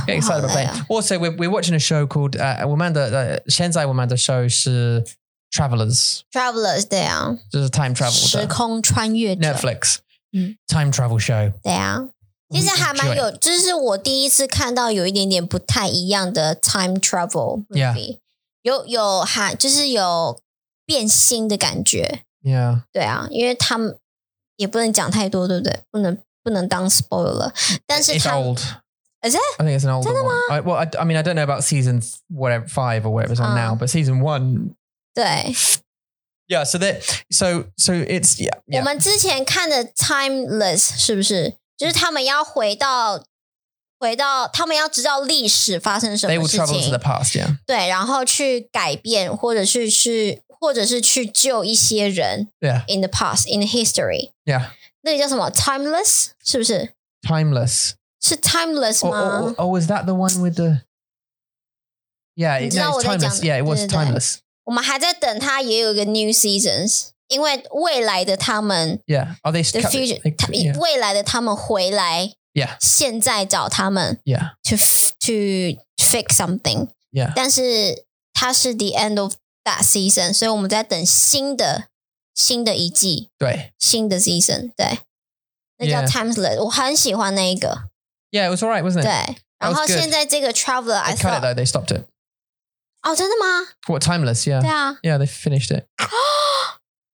S3: Get excited about
S2: 好累
S3: playing.
S2: 啊
S3: Also, we're, we're watching a show called uh, 我们的现在我们的show是 Travelers，
S2: travelers 对啊，
S3: 就是 time travel 啊
S2: 时空穿越者
S3: Netflix
S2: 嗯
S3: time travel show。
S2: 对啊。其实还蛮
S3: Enjoy
S2: 有，这是我第一次看到有一点点不太一样的 time travel
S3: Yeah.
S2: movie，有有还就是有变心的感觉，
S3: Yeah.
S2: 对啊，因为他们也不能讲太多，对不对？不能不能当 spoiler，了 但是
S3: It's
S2: 他哎
S3: old.
S2: Is it?
S3: I think it's an older one. I, well, I, I mean, I don't know about season th- whatever five or whatever it's on
S2: Ah.
S3: now, but season one.
S2: 对，
S3: Yeah. So that. So so it's yeah.
S2: 我
S3: yeah.
S2: 们之前看的 Timeless 是不是？就是他们要回到回到，他们要知道历史发生什
S3: They
S2: 么
S3: will
S2: 事
S3: travel
S2: 情，
S3: to the past. Yeah.
S2: 对，然后去改变，或者是去，或者是去救一些人
S3: Yeah.
S2: in the past in the history。
S3: Yeah.
S2: 那个叫什么 Timeless 是不是？
S3: Timeless.
S2: 是 Timeless
S3: Oh,
S2: 吗？
S3: oh, oh, oh, is that the one with the? Yeah. It, no, it's
S2: 你知道我在讲-
S3: timeless. Yeah, it was
S2: 对，对，对。
S3: timeless.
S2: 我们还在等它也有一个 New Seasons，因为未来的他们
S3: Yeah. Are they?
S2: the
S3: cut-
S2: future，
S3: they-
S2: 他
S3: yeah.
S2: 未来的他们回来
S3: Yeah.
S2: 现在找他们。
S3: Yeah.
S2: to f- to fix something，
S3: Yeah.
S2: 但是它是 the end of that season，所以我们在等新的新的一季，
S3: 对。
S2: 新的 season，对，那叫
S3: Yeah.
S2: timeless，我很喜欢那一 个，
S3: Yeah. It was all right, wasn't it?
S2: 对。然
S3: was
S2: 后
S3: good.
S2: 现在这个 traveler，I
S3: They cut it
S2: thought，
S3: though. They stopped it.
S2: 哦，真的吗？
S3: What timeless? Yeah.
S2: 对啊。
S3: Yeah. They finished it.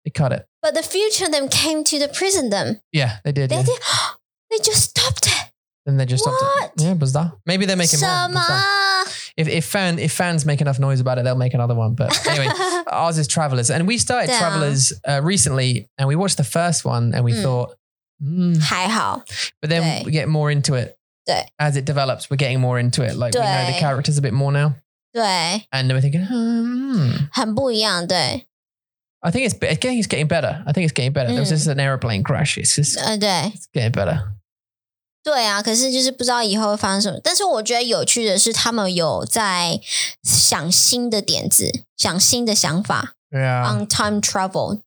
S3: They cut it.
S2: But the future them came to the prison them.
S3: Yeah, they did.
S2: They
S3: yeah.
S2: did. They just stopped it.
S3: Then they just stopped
S2: What?
S3: it. Yeah, bizarre. Maybe they're making more.
S2: 什
S3: bizarre.
S2: 么？
S3: If if fan if fans make enough noise about it, they'll make another one. But anyway, ours is Travelers, and we started
S2: Yeah.
S3: Travelers uh, recently, and we watched the first one, and we
S2: Mm.
S3: thought, mm.
S2: 还好，
S3: but then
S2: Day.
S3: we get more into it.
S2: Day.
S3: As it develops, we're getting more into it. Like we know the
S2: Day.
S3: characters a bit more now,
S2: 对，
S3: and then we're thinking, hmm.
S2: 很不一样，对，
S3: I think it's I think it's getting better. I think it's getting better. There was
S2: Mm.
S3: just an airplane crash. It's just
S2: 呃，对。
S3: it's getting better.
S2: 对啊，可是就是不知道以后会发生什么。但是我觉得有趣的是，他们有在想新的点子，想新的想法。
S3: Yeah.
S2: on time travel,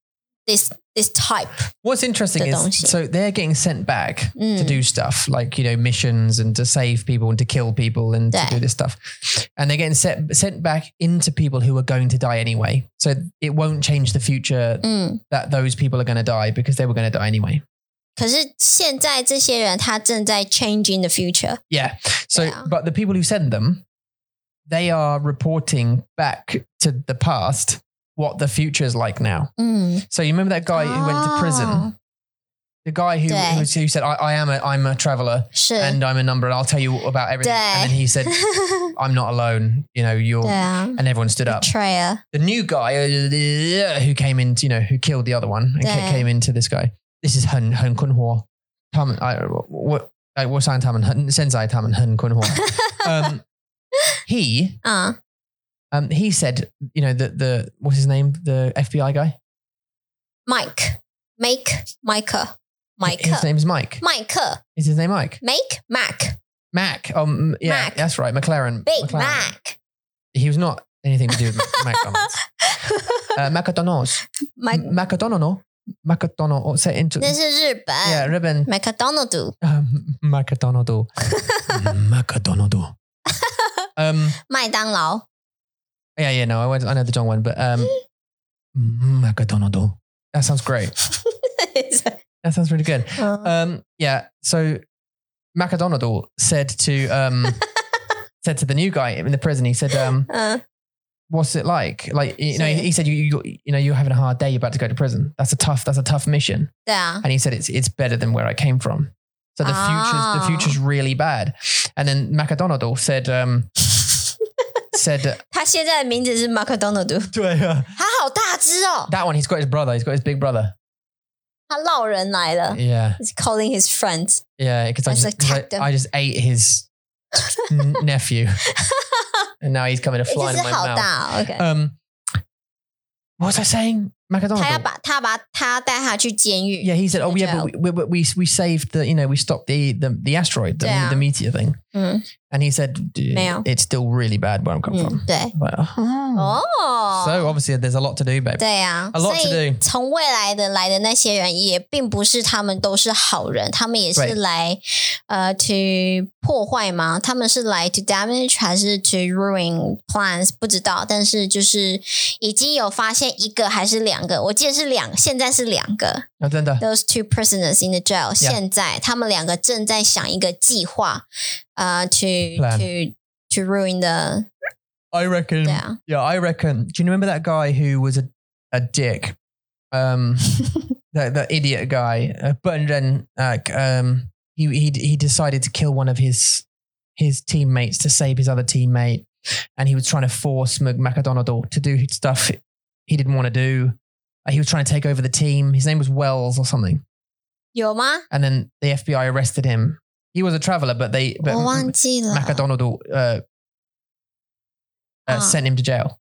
S2: this this type，
S3: What's interesting
S2: the
S3: is
S2: Dongxi.
S3: so they're getting sent back to
S2: Mm.
S3: do stuff like you know missions and to save people and to kill people and to
S2: Yeah.
S3: do this stuff, and they're getting set, sent back into people who are going to die anyway. So it won't change the future
S2: 嗯。
S3: that those people are going to die because they were going to die anyway.
S2: 可是现在这些人他正在 changing the future，
S3: Yeah. So,
S2: Yeah.
S3: but the people who send them, they are reporting back to the past what the future is like now.
S2: 嗯，
S3: So you remember that guy who went to
S2: Oh.
S3: prison. The guy who,
S2: Yeah.
S3: who, who said, I, I am a, I'm a traveler.
S2: 是，
S3: and I'm a number, and I'll tell you about everything.
S2: Yeah.
S3: And then he said, "I'm not alone. You know, you're."
S2: 对啊
S3: And everyone stood up.
S2: ，Trey，
S3: The new guy uh, who came in, you know, who killed the other one and ca-
S2: Yeah.
S3: came into this guy. This is Hun Hun Kun Hua. Tam, I what I was saying Tam and Hun Sensei Tam and Hun Kun Hua. Um, he,
S2: 啊
S3: um, he said, you know, the the what's his name, the FBI guy.
S2: ，Mike，Make Mike，麦
S3: His
S2: 克，
S3: name is Mike.
S2: 麦克
S3: Is his name Mike?
S2: ，Make Mac
S3: Mac. Um, yeah,
S2: Mac.
S3: that's right. McLaren.
S2: Big
S3: McLaren.
S2: Mac，
S3: He was not anything to do with Mac- McDonald's. uh, McDonald's.
S2: 麦，
S3: M- McDonald, no? McDonald, or say into.
S2: 那是日本
S3: yeah, ribbon.
S2: McDonald。
S3: Um, McDonald. McDonald. Um,
S2: 麦当劳
S3: yeah, yeah, no, I, went, I know the John one, but um, McDonald. That sounds great. That sounds really good.
S2: 嗯
S3: Um, yeah, so McDonald said to um, said to the new guy in the prison, he said, um,
S2: 嗯
S3: what's it like? Like you know,
S2: Yeah.
S3: he said you you you know you're having a hard day. You're about to go to prison. That's a tough. That's a tough mission.
S2: 对啊，
S3: And he said it's it's better than where I came from. So the
S2: Ah.
S3: future's the future's really bad. And then McDonald said um said
S2: 他现在的名字是 McDonald，他好大只哦，
S3: that one. He's got his brother. He's got his big brother.
S2: 他闹人来了。
S3: Yeah,
S2: He's calling his friends，
S3: yeah. Because I
S2: That's
S3: just 'cause
S2: attacked
S3: I,
S2: him.
S3: I just ate his n- nephew, and now he's coming to
S2: 诶
S3: fly
S2: 这只
S3: in my
S2: 好
S3: mouth.
S2: 大、哦、，OK。
S3: Um, what was I saying? McDonald.
S2: 他要把他把他带他去监狱。
S3: Yeah, he said, "Oh,
S2: the
S3: yeah, but we, we, we we saved the you know we stopped the the, the asteroid, the,
S2: Yeah.
S3: the meteor thing."
S2: Mm.
S3: And he said, "D-
S2: Now. Mm.
S3: "It's still really bad where I'm coming
S2: 嗯，
S3: from."
S2: 对，
S3: Like, oh.
S2: 哦
S3: So obviously, there's a lot to do, babe.
S2: 对啊，
S3: A
S2: 所
S3: lot to
S2: 以
S3: do.
S2: 从未来的来的那些人，也并不是他们都是好人，他们也是
S3: Right.
S2: 来呃 to 破坏吗？他们是来 to damage 还是 to ruin plans？不知道，但是就是已经有发现一个还是两个，我记得是两，现在是两个。
S3: No, then the-
S2: Those two prisoners in the jail，、
S3: Yeah.
S2: 现在他们两个正在想一个计划，呃、t o
S3: Plan. 嗯
S2: to to ruin the
S3: I reckon.
S2: 对
S3: Yeah.
S2: 啊，
S3: I reckon. Do you remember that guy who was a a dick? Um, that that idiot guy. Uh, but then, uh, um, he he he decided to kill one of his his teammates to save his other teammate, and he was trying to force Mac- McDonald to do stuff he didn't want to do. Uh, he was trying to take over the team. His name was Wells or something,
S2: 有吗？
S3: and then the FBI arrested him. He was a traveler, but they but
S2: 我忘记了。
S3: McDonald uh, uh,
S2: Ah.
S3: sent him to jail.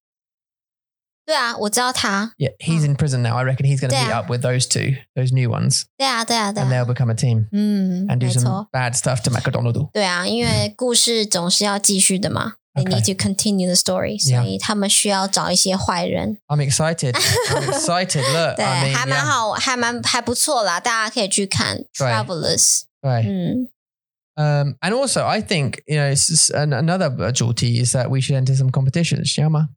S2: 对啊，我知道他。
S3: Yeah, he's in prison now. I reckon he's going to meet
S2: Yeah.
S3: up with those two, those new ones,
S2: 对啊，对啊，对
S3: and
S2: 啊。
S3: they'll become a team
S2: 嗯，
S3: and do
S2: 没
S3: some
S2: 错。
S3: bad stuff to McDonald.
S2: 对啊，因为故事总是要继续的嘛。They
S3: Okay.
S2: need to continue the story，
S3: Yeah.
S2: 所以他们需要找一些坏人。
S3: I'm excited. I'm excited. Look,
S2: 对，
S3: Uh， I mean,
S2: 还蛮
S3: yeah.
S2: 好，还蛮还不错啦，大家可以去看《
S3: 对
S2: Travelers》。
S3: Right.
S2: 嗯，
S3: Um, and also, I think you know, it's just an, another duty is that we should enter some competitions. Shama,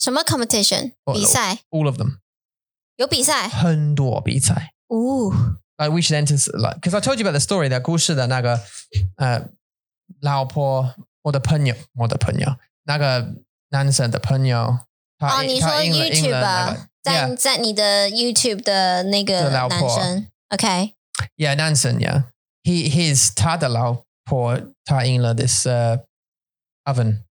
S2: 什么 competition
S3: 哦
S2: 比赛？
S3: all of them.
S2: 有比 赛？
S3: 很多比赛.
S2: 哦，
S3: Like we should enter s- like because I told you about the story that uh, 故事的那个呃，老婆，我的朋友，我的朋友，那个男生的朋友，他
S2: 哦，你说 YouTube 吧，在
S3: Yeah.
S2: 在你的 YouTube 的那个
S3: 的老
S2: 男
S3: 婆
S2: 生，OK，
S3: Yeah, Nansen, yeah. He his Tada Lao poor this uh, oven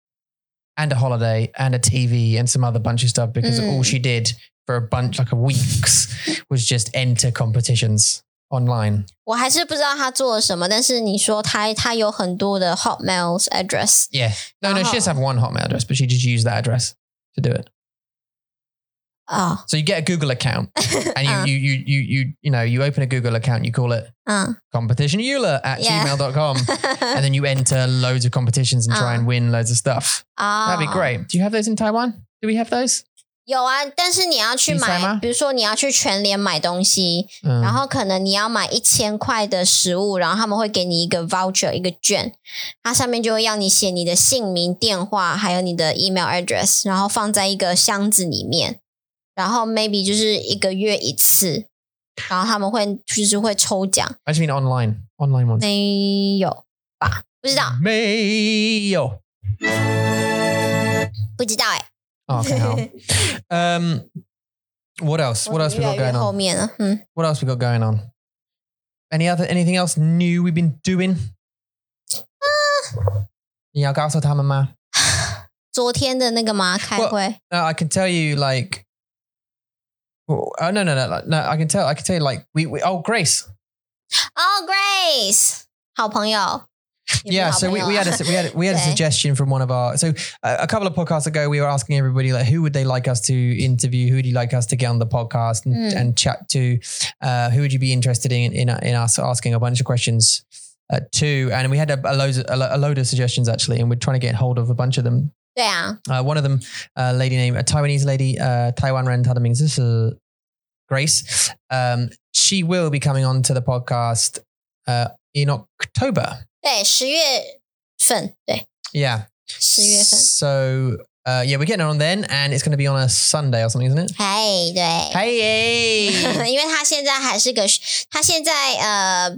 S3: and a holiday and a TV and some other bunch of stuff because
S2: Mm.
S3: all she did for a bunch like a weeks was just enter competitions online.
S2: 我还是不知道他做了什么，但是你说他他有很多的 Hotmail address，
S3: Yeah. No, no, she just
S2: Oh.
S3: have one hotmail address, but she just used that address to do it.
S2: 哦，
S3: So you get a Google account and you
S2: Uh.
S3: you, you you you you know, you open a Google account, you call it
S2: 嗯，
S3: competition eula at
S2: Yeah.
S3: gmail.com. and then you enter loads of competitions and try
S2: Uh.
S3: and win loads of stuff.
S2: 啊
S3: That'd be great. Do you have those in Taiwan? Do we have those?
S2: 有啊，但是你要去
S3: 比
S2: 买
S3: 赛吗，
S2: 比如说你要去全联买东西，
S3: Um,
S2: 然后可能你要买一千块的食物，然后他们会给你一个 voucher 一个券，它上面就会要你写你的姓名、电话，还有你的 email address，然后放在一个箱子里面，然后 maybe 就是一个月一次，然后他们会就是会抽奖，
S3: I just mean online, online ones.
S2: 没有吧？不知
S3: 嗯
S2: 道，
S3: Mayo.
S2: 不知 道哎、
S3: Oh, okay. hell. um, what else?
S2: 我
S3: What
S2: 怎
S3: else
S2: 么越
S3: we
S2: 来
S3: got
S2: 越
S3: going
S2: 后
S3: on?
S2: 面了，嗯，
S3: What else we got going on? Any other anything else new we've been doing? Yeah, uh,
S2: 昨天的那个吗？开
S3: 我
S2: 会
S3: I can tell you like. Oh oh, no no no like, no! I can tell I can tell you like we, we oh Grace
S2: 哦、g r a c e 好朋友。也不是
S3: yeah
S2: 好
S3: so
S2: 朋
S3: we,
S2: 友
S3: we
S2: 啊
S3: had a we had we had a
S2: Okay.
S3: suggestion from one of our so uh, a couple of podcasts ago we were asking everybody like who would they like us to interview who would you like us to get on the podcast and,
S2: Mm.
S3: and chat to uh, who would you be interested in in, in us asking a bunch of questions uh, to and we had a, a load a, lo- a load of suggestions actually and we're trying to get hold of a bunch of them
S2: 对啊，
S3: uh, one of them a lady named a Taiwanese lady uh, Taiwan Ren this is uh, Grace um, she will be coming on to the podcast uh, in October
S2: 对，十月份，对，
S3: yeah
S2: 十月份。
S3: So uh, yeah, we're getting on then, and it's going to be on a Sunday or something, isn't it?
S2: 嘿，对，
S3: Hey, hey.
S2: 因为他现在还是个，他现在呃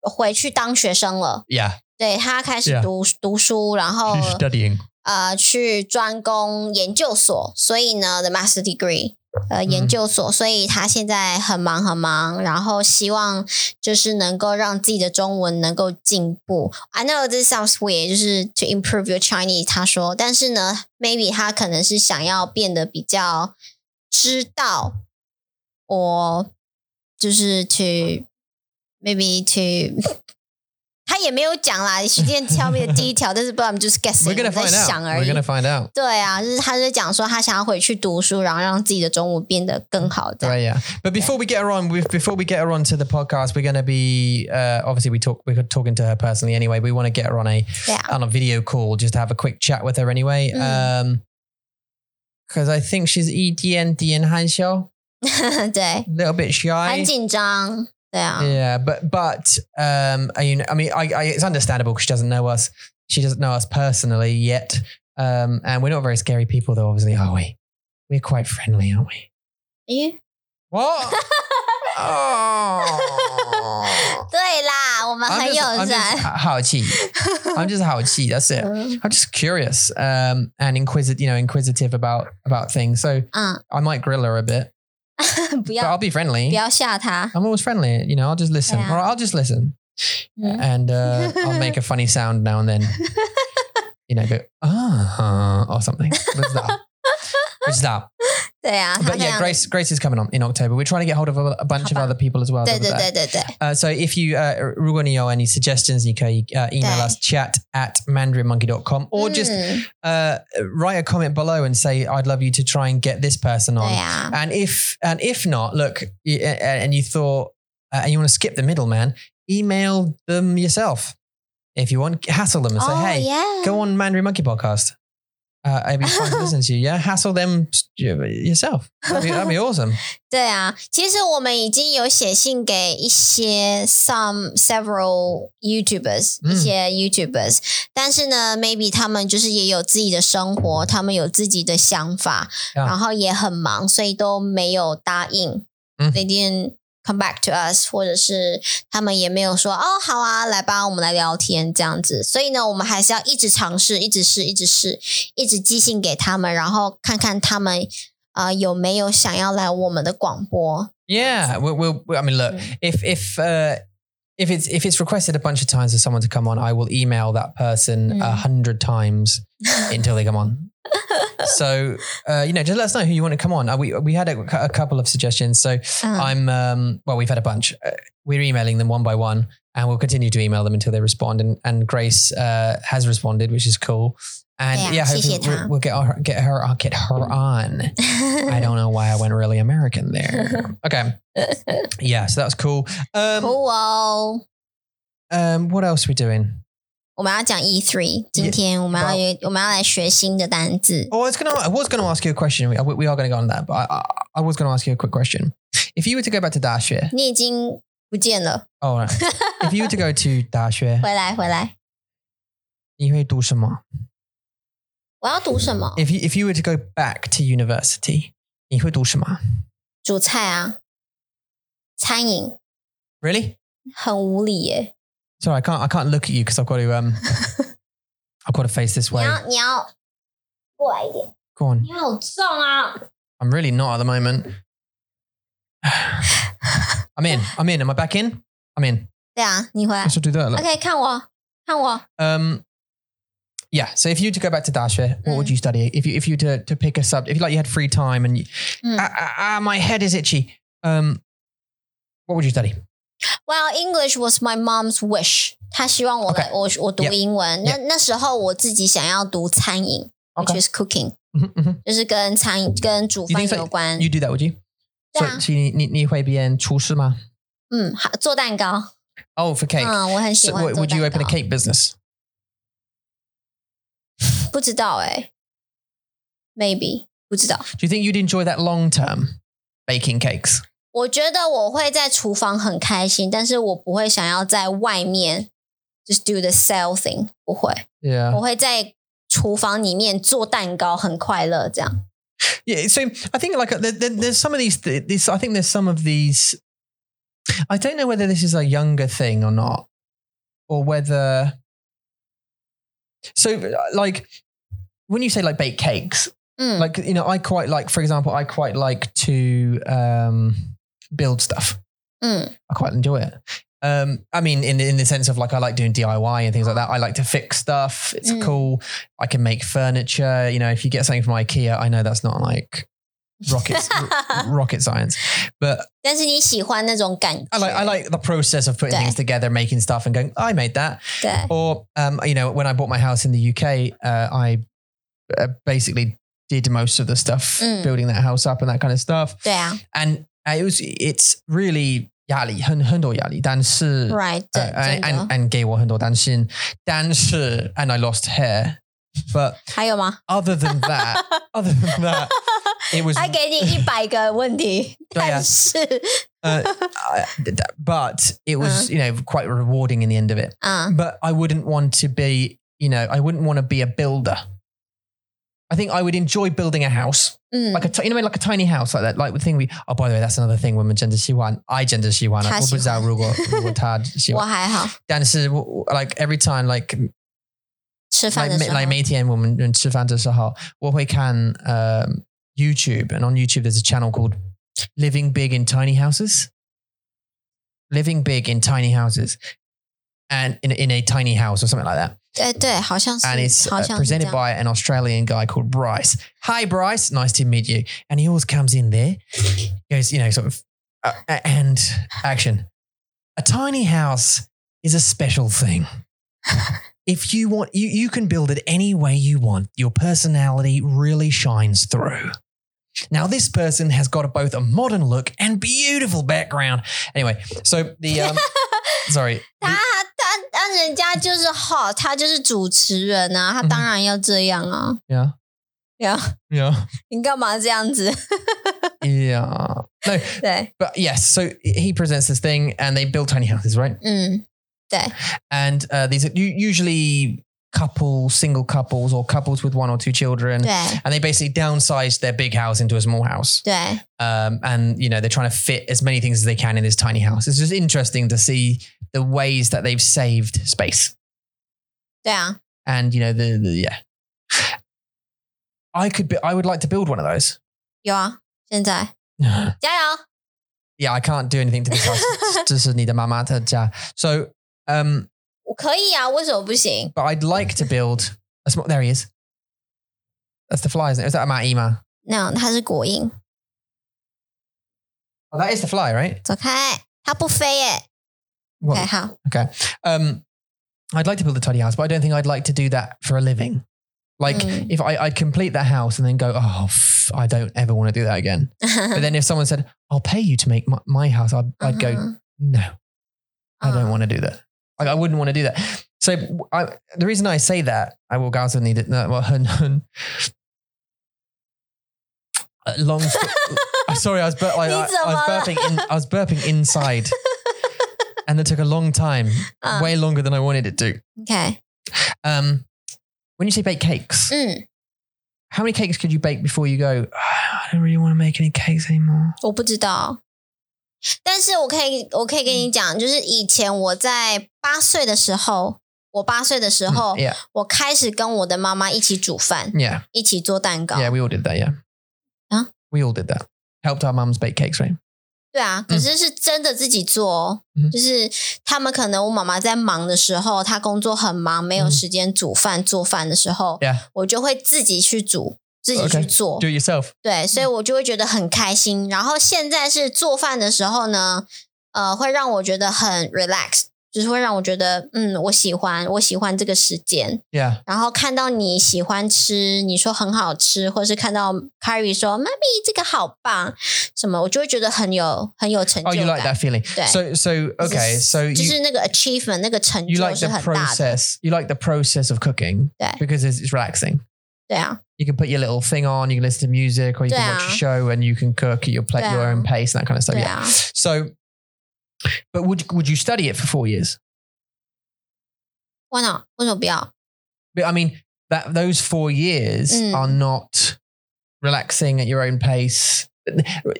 S2: 回去当学生了，
S3: yeah,
S2: 对他开始
S3: Yeah.
S2: 读读书，然后 Oh.
S3: studying.
S2: 呃去专攻研究所，所以呢，the master degree。呃，研究所，所以他现在很忙很忙，然后希望就是能够让自己的中文能够进步。I know this sounds weird，就是 to improve your Chinese，他说，但是呢，maybe 他可能是想要变得比较知道，我就是 to maybe to，他也没有讲啦，徐健挑面的第一条，但是不知道我们就是 guessing，
S3: We're gonna
S2: 我
S3: find
S2: 在
S3: out.
S2: 想而
S3: We're
S2: 已。
S3: gonna find out.
S2: 对啊，就是他就讲说他想要回去读书，然后让自己的中文变得更好这样。
S3: Right, yeah. But before we get her on, we before we get her on to the podcast, we're going to be uh, obviously we talk we're talking to her personally anyway. We want to get her on a
S2: Yeah.
S3: on a video call just to have a quick chat with her anyway.
S2: Mm.
S3: Um, because I think she's E EDN DN Hanshou,
S2: 对，
S3: a little bit shy.
S2: 很紧张。对啊，
S3: Yeah, but but um, I, you know, I mean, I, I it's understandable because she doesn't know us. She doesn't know us personally yet, um, and we're not very scary people, though. Obviously, are we? We're quite friendly, aren't we?
S2: 咦，
S3: What? oh,
S2: 对啦，我们
S3: I'm
S2: 很
S3: just,
S2: 友
S3: I'm just
S2: 善。
S3: how I'm just how That's it.
S2: 嗯
S3: I'm just curious um, and inquisitive, you know, inquisitive about about things. So
S2: 嗯，
S3: I might grill her a bit,
S2: 不
S3: but I'll
S2: 要
S3: be friendly.
S2: 不要吓他。
S3: I'm always friendly. You know, I'll just listen,
S2: Yeah.
S3: or I'll just listen.
S2: Mm.
S3: and uh, I'll make a funny sound now and then. You know, go ah or something. What's that? What's that?
S2: 对啊，他
S3: But
S2: 这
S3: yeah,
S2: 样。
S3: Grace Grace is coming on in October. We're trying to get hold of a, a bunch of
S2: Haba.
S3: other people as well.
S2: 对
S3: that
S2: 对
S3: were
S2: 对
S3: there.
S2: 对对，
S3: Uh, so if you uh, 如果你有 any suggestions, 你可以 uh, email
S2: Yeah.
S3: us chat at mandarinmonkey.com or just
S2: 嗯
S3: uh, write a comment below and say I'd love you to try and get this person on.
S2: 对啊，
S3: And if and if not, look, y- a- a- and you thought uh, and you want to skip the middleman, email them yourself. If you want, hassle them and say, "Hey,
S2: Oh, yeah.
S3: go on Mandarin Monkey Podcast." Uh, it'd be fun to listen to you. Yeah, hassle them s- yourself. That'd be, that'd be awesome.
S2: 对啊，其实我们已经有写信给一些 some several YouTubers，、
S3: 嗯
S2: 一些 YouTubers，但是呢，maybe 他们就是也有自己的生活，他们有自己的想法
S3: Yeah.
S2: 然后也很忙，所以都没有答应。
S3: 嗯
S2: They didn't come back to us，或者是他们也没有说哦，好啊，来吧，我们来聊天这样子。所以呢，我们还是要一直尝试，一直试，一直试，一直寄信给他们，然后看看他们呃有没有想要来我们的广播。
S3: Yeah, we'll, we'll, we'll- I mean, look,
S2: Mm.
S3: if if uh, if it's if it's requested a bunch of times for someone to come on, I will email that person a
S2: Mm.
S3: hundred times until they come on. so uh, you know, just let us know who you want to come on. Uh, we we had a, a couple of suggestions, so
S2: 嗯
S3: I'm um, well, we've had a bunch. Uh, we're emailing them one by one, and we'll continue to email them until they respond. And and Grace uh, has responded, which is cool. And
S2: Yeah,
S3: yeah,
S2: she
S3: hopefully
S2: hit her.
S3: we'll, we'll get her get her uh, get her on. I don't know why I went really American there. Okay. Yeah, so that's cool. Um,
S2: cool 哦。
S3: um what else are we doing?
S2: 我们要讲 E three，今天我们要有我们要来学新的单字。
S3: Oh, I was gonna I was gonna ask you a question. We, we are gonna go on that, but I, I, I was gonna ask you a quick question. If you were to go back to Dashie,
S2: 你已经不见了，
S3: oh no. if you were to go to
S2: 回来回来，
S3: 大学,你会读什么?
S2: 我要读什么？
S3: If you if you were to go back to university, 你会读什么?
S2: 煮菜啊，餐饮
S3: Really?
S2: 很无理耶。
S3: Sorry, I can't I can't look at you because I've got to um I've got to face this
S2: 你
S3: way.
S2: 要你要过来一点，
S3: Go on.
S2: 你好重啊！
S3: I'm really not at the moment. I'm in. I'm in. Am I back in? I'm in.
S2: 对啊，你回来
S3: I。should do that. Look.
S2: OK，看我看我，
S3: Um, yeah. So if you were to go back to Dasha, what would
S2: Mm.
S3: you study? If you if you were to, to pick a sub, if like you had free time and you,
S2: Mm.
S3: ah, ah, ah, my head is itchy. Um, what would you study?
S2: Well, English was my mom's wish。她希望我来我我读
S3: Yep.
S2: 英文。那那时候我自己想要读餐饮
S3: Okay.
S2: ，which is cooking，
S3: Mhm, mhm.
S2: 就是跟餐饮跟煮
S3: You
S2: 饭
S3: think so?
S2: 有关。
S3: You do that, would you? So,
S2: Mm. Yeah.
S3: so you, 你-你会变厨师吗？
S2: 嗯，好做蛋糕。
S3: Oh, for cake.
S2: 嗯，我很喜
S3: So
S2: 欢
S3: what,
S2: 做
S3: would you
S2: 蛋
S3: open a
S2: 糕。
S3: cake business?
S2: 不知道哎、m a y b e 不知道。
S3: Do you think you'd enjoy that long term baking cakes?
S2: 我觉得我会在厨房很开心，但是我不会想要在外面 just do the sell thing，不会。
S3: Yeah.
S2: 我会在厨房里面做蛋糕，很快乐这样。
S3: Yeah, so I think like there, there, there's some of these. th- This I think there's some of these. I don't know whether this is a younger thing or not, or whether. So like, when you say like baked cakes,
S2: Mm.
S3: like you know, I quite like, for example, I quite like to um, build stuff.
S2: mm.
S3: I quite enjoy it. Um, I mean, in in the sense of like, I like doing DIY and things like that. I like to fix stuff. It's
S2: Mm.
S3: cool. I can make furniture. You know, if you get something from IKEA, I know that's not like rocket rocket science, but
S2: 但是你喜欢那种感觉，
S3: I like I like the process of putting
S2: Yeah.
S3: things together, making stuff, and going, I made that.
S2: 对，
S3: Or um, you know, when I bought my house in the UK, uh, I uh, basically did most of the stuff
S2: Mm.
S3: building that house up and that kind of stuff.
S2: 对啊
S3: And uh, it was it's really 压力很很多压力，但是。
S2: ，right，对，
S3: uh,
S2: 真
S3: and
S2: 的
S3: and,，and 给我很多担心，但是 and I lost hair. But
S2: 还有吗？
S3: other than that, other than that, it was.
S2: 还给你一百个问题，
S3: 对啊
S2: 但是，
S3: Uh, I- but it was you know quite rewarding in the end of it.
S2: 嗯
S3: But I wouldn't want to be you know I wouldn't want to be a builder. I think I would enjoy building a house,
S2: 嗯
S3: like a ti- you know like a tiny house like that, like the thing we. Oh, by the way, that's another thing. Women gender 喜欢，I gender
S2: 他喜欢。
S3: 喜欢，我不知道如果如果他喜欢，
S2: 我还好，
S3: 但是我- like every time like
S2: 吃饭
S3: like
S2: 的
S3: ma-
S2: 时候
S3: like 每天我们人吃饭的时候，我会看 um, YouTube, and on YouTube there's a channel called Living Big in Tiny Houses. Living Big in Tiny Houses, and in in a tiny house or something like that.
S2: 对对，好像是
S3: And it's，
S2: 好
S3: uh,
S2: 像是这
S3: presented
S2: 样。
S3: by an Australian guy called Bryce. Hi, Bryce. Nice to meet you. And he always comes in there, goes, you know, sort of, uh, and action. A tiny house is a special thing. If you want, you, you can build it any way you want. Your personality really shines through. Now, this person has got a, both a modern look and beautiful background. Anyway, so the, um, sorry.
S2: 他他他人家就是 hot，他就是主持人啊，他当然要这样啊。
S3: 嗯 Yeah.
S2: Yeah.
S3: Yeah.
S2: 你干嘛这样子？
S3: Yeah. No,
S2: 对，
S3: But yes, so he presents this thing, and they build tiny houses, right?
S2: 嗯，
S3: And uh, these are u- usually couples, single couples, or couples with one or two children.
S2: 对
S3: And they basically downsize their big house into a small house.
S2: 对
S3: Um, and you know they're trying to fit as many things as they can in this tiny house. It's just interesting to see the ways that they've saved space.
S2: 对啊，
S3: And you know the, the yeah, I could be, I would like to build one of those.
S2: 有啊，现在加油。
S3: yeah, I can't do anything to this house. Just need a mama to ja. So um,
S2: 我可以啊，为什么不行？
S3: but I'd like to build a small. There he is. That's the fly, isn't it? Is that Matt Ema?
S2: 那、no, 它是果蝇，
S3: Oh, that is the fly, right?
S2: 走开，它不飞耶、
S3: What-
S2: OK，好，
S3: Um, I'd like to build a tidy house, but I don't think I'd like to do that for a living. Like,
S2: Mm.
S3: if I, I'd complete that house and then go, oh, f- I don't ever want to do that again. But then if someone said, I'll pay you to make my, my house, I'd, I'd
S2: Uh-huh.
S3: go, no, I
S2: Ah.
S3: don't
S2: 嗯
S3: want to do that. Like, I wouldn't want to do that. So I, the reason I say that, I will also need it. No, well, hun, hun. A long. sto- I'm sorry, I was, bur- like, I,
S2: Needs a
S3: I was
S2: lot.
S3: burping. In, I was burping inside, and it took a long time,
S2: Uh.
S3: way longer than I wanted it to.
S2: OK，
S3: Um, when you say bake cakes,
S2: 嗯，
S3: how many cakes could you bake before you go? "Ah, I don't really want to make any cakes anymore.
S2: 我不知道，但是我可以，我可以跟
S3: 嗯
S2: 你讲，就是以前我在八岁的时候，我八岁的时候，
S3: 嗯 Mm, Yeah,
S2: 我开始跟我的妈妈一起煮饭，
S3: yeah,
S2: 一起做蛋糕。
S3: yeah. We all did that. Yeah,
S2: Huh?
S3: we all did that. Helped our mums bake cakes, right?
S2: 对啊，可是是真的自己做哦。
S3: 嗯
S2: 就是他们可能我妈妈在忙的时候，她工作很忙，没有
S3: 嗯
S2: 时间煮饭、做饭的时候
S3: Yeah.
S2: 我就会自己去煮，自己去
S3: OK
S2: 做。
S3: Do it yourself.
S2: 对，所以我就会觉得很开心。然后现在是做饭的时候呢，呃，会让我觉得很 relax，就是会让我觉得，嗯，我喜欢，我喜欢这个时间。
S3: Yeah.
S2: 然后看到你喜欢吃，你说很好吃，或是看到 Carrie 说妈咪这个好棒，什么，我就会觉得很有很有成
S3: Oh,
S2: 就
S3: you like
S2: 感
S3: that。feeling.
S2: Yeah.
S3: So, so
S2: 就是
S3: okay. So
S2: 就
S3: you,
S2: 是那个 achievement 那个成
S3: you
S2: 就
S3: like
S2: 是
S3: the
S2: 很大的，
S3: process. You like the process of cooking
S2: Yeah.
S3: because it's, it's relaxing.
S2: 对啊，
S3: You can put your little thing on. You can listen to music, or you can watch a
S2: Yeah.
S3: show, and you can cook at your plate, your
S2: Yeah.
S3: own pace, and that kind of stuff.
S2: 对
S3: Yeah.
S2: 啊，
S3: So, but would would you study it for four years?
S2: 为什么为什么不要？
S3: But I mean, that those four years
S2: Mm.
S3: are not relaxing at your own pace.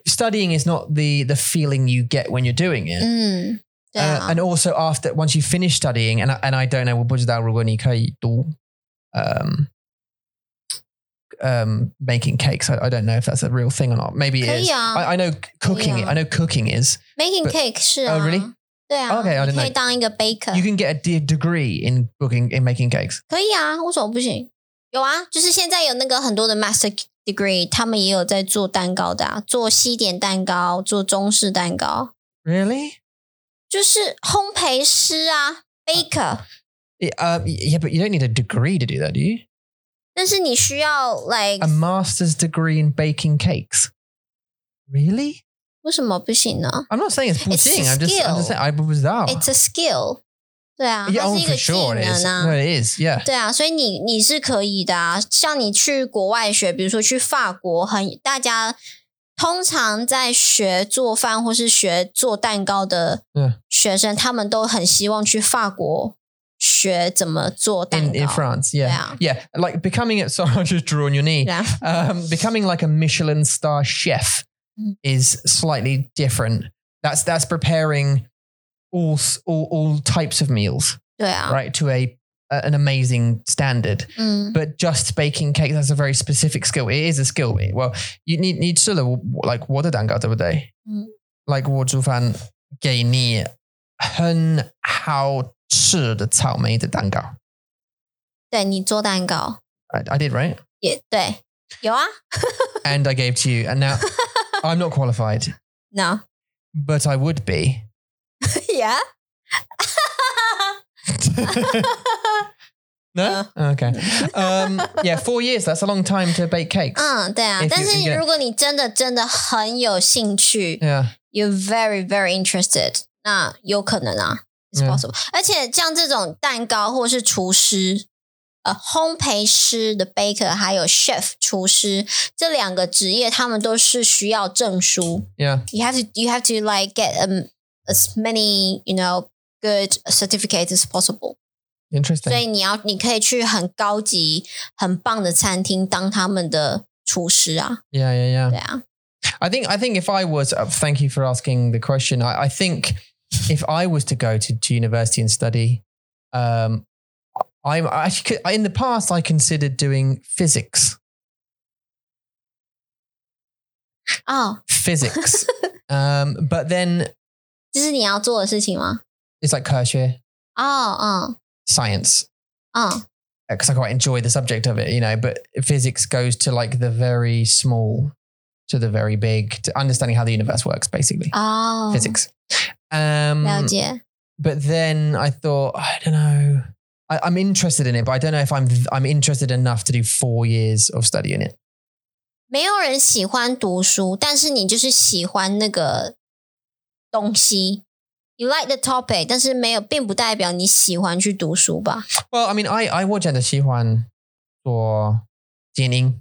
S3: Studying is not the the feeling you get when you're doing it.
S2: 嗯，对
S3: Uh,
S2: 啊，
S3: and also after once you finish studying, and I- and I don't know, 我不知道如果你可以读，嗯、 um, making cakes. I, I don't know if that's a real thing or not. Maybe it
S2: Could
S3: is.
S2: you, uh,
S3: I, I know cooking.
S2: yeah.
S3: I know cooking is.
S2: Making
S3: But-
S2: cake 是啊，
S3: Oh, really?
S2: 对啊
S3: Okay, I didn't
S2: 你可以
S3: know.
S2: 当一个 baker，
S3: You can get a de- degree in booking in making cakes.
S2: 可以啊，为什么不行？有啊，就是现在有那个很多的 master degree，他们也有在做蛋糕的啊，做西点蛋糕，做中式蛋糕，
S3: Really?
S2: 就是烘焙师啊，baker。
S3: Yeah, uh, yeah, but you don't need a degree to do that, do you?
S2: 但是你需要 like
S3: A master's degree in baking cakes. Really?
S2: 为什么不行呢
S3: I'm not saying it's
S2: It's a
S3: bullshitting. I'm just, I'm just
S2: skill.
S3: saying I bizarre.
S2: ？It's a skill，对啊，
S3: yeah,
S2: 它
S3: 啊 oh,
S2: 是一
S3: for
S2: 个技
S3: sure it is.
S2: 能啊
S3: No,。it is. Yeah.
S2: 对啊，所以你你是可以的啊。像你去国外学，比如说去法国，很大家通常在学做饭或是学做蛋糕的
S3: 嗯
S2: 学生，他们都很希望去法国学怎么做蛋
S3: In, in
S2: 糕。
S3: France, yeah. yeah, Like becoming a sorry, I'll just draw on your knee.
S2: 然后，
S3: Um, becoming like a Michelin star chef
S2: Mm.
S3: is slightly different. That's that's preparing all s- all, all types of meals,
S2: 对啊，
S3: right, to a an amazing standard.
S2: 嗯，
S3: but just baking cakes that's a very specific skill it is a skill well you need need to like water dan the other day
S2: Mm.
S3: like water fan gay ni hen how the made the dango
S2: 对你做蛋糕
S3: I did right
S2: 也对，有啊
S3: and I gave to you and now I'm not qualified
S2: ，no，
S3: but I would be
S2: 也啊
S3: no okay um yeah four years that's a long time to bake cakes
S2: 嗯，对啊
S3: If you-。
S2: 但
S3: you
S2: 是
S3: get-
S2: 如果你真的真的很有兴趣，
S3: yeah
S2: you're very very interested，那有可能啊，it's
S3: Yeah.
S2: possible。而且像这种蛋糕或是厨师，呃，烘焙师的 baker，还有 chef 厨师这两个职业，他们都是需要证书。
S3: yeah
S2: You have to you have to like get um as many you know good certificates as possible。
S3: interesting
S2: 所以你要你可以去很高级、很棒的餐厅当他们的厨师啊，
S3: yeah yeah yeah
S2: 对啊，
S3: I think I think if I was uh, thank you for asking the question. I, I think if I was to go to, to university and study, um, I'm I actually could, in the past I considered doing physics,
S2: 哦，
S3: physics, um, but then
S2: 这是你要做的事情吗？
S3: it's like Kershaw
S2: 哦，嗯，
S3: science
S2: 嗯。
S3: because I quite enjoy the subject of it, you know. But physics goes to like the very small to the very big to understanding how the universe works, basically
S2: Uh-huh. 哦，
S3: physics. Um,
S2: 了解，
S3: but then I thought, I don't know. I, I'm interested in it, but I don't know if I'm I'm interested enough to do four years of studying it.
S2: 没有人喜欢读书，但是你就是喜欢那个东西。You like the topic，但是没有，并不代表你喜欢去读书吧？
S3: Well, I mean, I I 我真的喜欢做电影，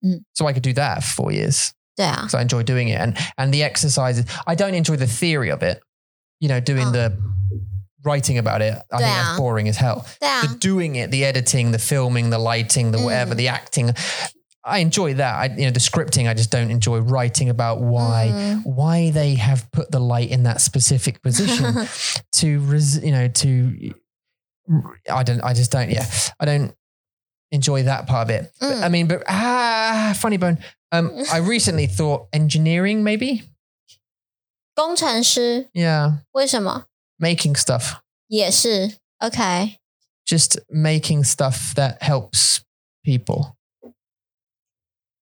S2: Mm.
S3: so I could do that for four years
S2: 对啊，
S3: because I enjoy doing it and and the exercises. I don't enjoy the theory of it, you know, doing
S2: Oh.
S3: the writing about it. I think
S2: Yeah.
S3: that's boring as hell.
S2: 对啊，
S3: the doing it, the editing, the filming, the lighting, the whatever,
S2: Mm.
S3: the acting. I enjoy that. I, you know, the scripting. I just don't enjoy writing about why
S2: Mm.
S3: why they have put the light in that specific position
S2: 嗯
S3: to res, you know to. I don't. I just don't. Yeah, I don't enjoy that part of it. But,
S2: Mm.
S3: I mean, but ah, funny bone. Um, I recently thought engineering maybe.
S2: 工程师
S3: Yeah,
S2: 为什么
S3: making stuff.
S2: 也是 OK？
S3: just making stuff that helps people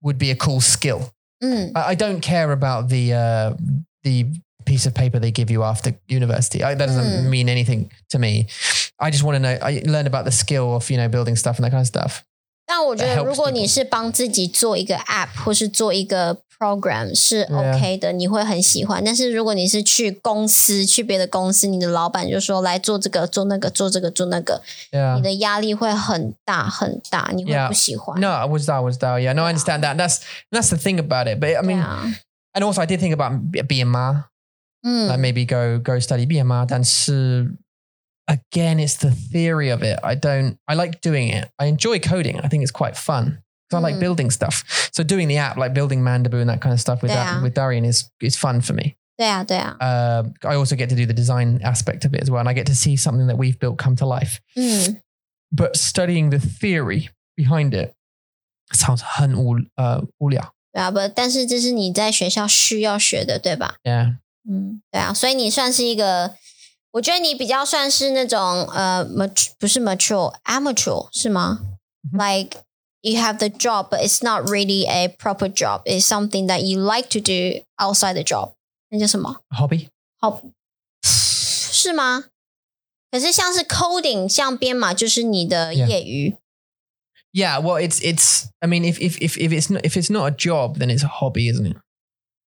S3: would be a cool skill.
S2: 嗯，
S3: I, I don't care about the uh, the piece of paper they give you after university. I, that doesn't
S2: Hmm.
S3: mean anything to me. I just want to know. I learn about the skill of you know building stuff and that kind of stuff.
S2: 但我觉得
S3: That helps
S2: 如果你
S3: people.
S2: 是帮自己做一个 App 或是做一个 program 是
S3: Yeah.
S2: OK 的，你会很喜欢。但是如果你是去公司，去别的公司，你的老板就说来做这个、做那个、做这个、做那个，
S3: Yeah.
S2: 你的压力会很大很大，你会
S3: 啊 Yeah.
S2: 不喜欢。
S3: No, I was that. I was that. Yeah. No, I
S2: Yeah.
S3: understand that. That's that's the thing about it. But I mean, 啊
S2: 对啊，
S3: and also I did think about b- being ma.
S2: 嗯
S3: like maybe go go study BMR. 但是 uh, again, it's the theory of it. I don't. I like doing it. I enjoy coding. I think it's quite fun. 'Cause I like
S2: Mm.
S3: building stuff. So doing the app, like building Mandibu and that kind of stuff with
S2: Yeah.
S3: that, with Darian is is fun for me.
S2: 对啊，对啊，
S3: Uh, I also get to do the design aspect of it as well, and I get to see something that we've built come to life.
S2: 嗯
S3: But studying the theory behind it sounds uh, 很无呃无聊。
S2: 对啊，不，但是这是你在学校需要学的，对吧？
S3: Yeah，
S2: 嗯，对啊，所以你算是一个，我觉得你比较算是那种呃，mat 不是 mature，amateur 是吗
S3: 嗯
S2: ？Like you have the job, but it's not really a proper job. It's something that you like to do outside the job. 那叫什么？
S3: hobby
S2: 好， 是吗？可是像是 coding，像编码，就是你的
S3: Yeah.
S2: 业余。
S3: Yeah, well, it's it's. I mean, if if if if it's not, if it's not a job, then it's a hobby, isn't it?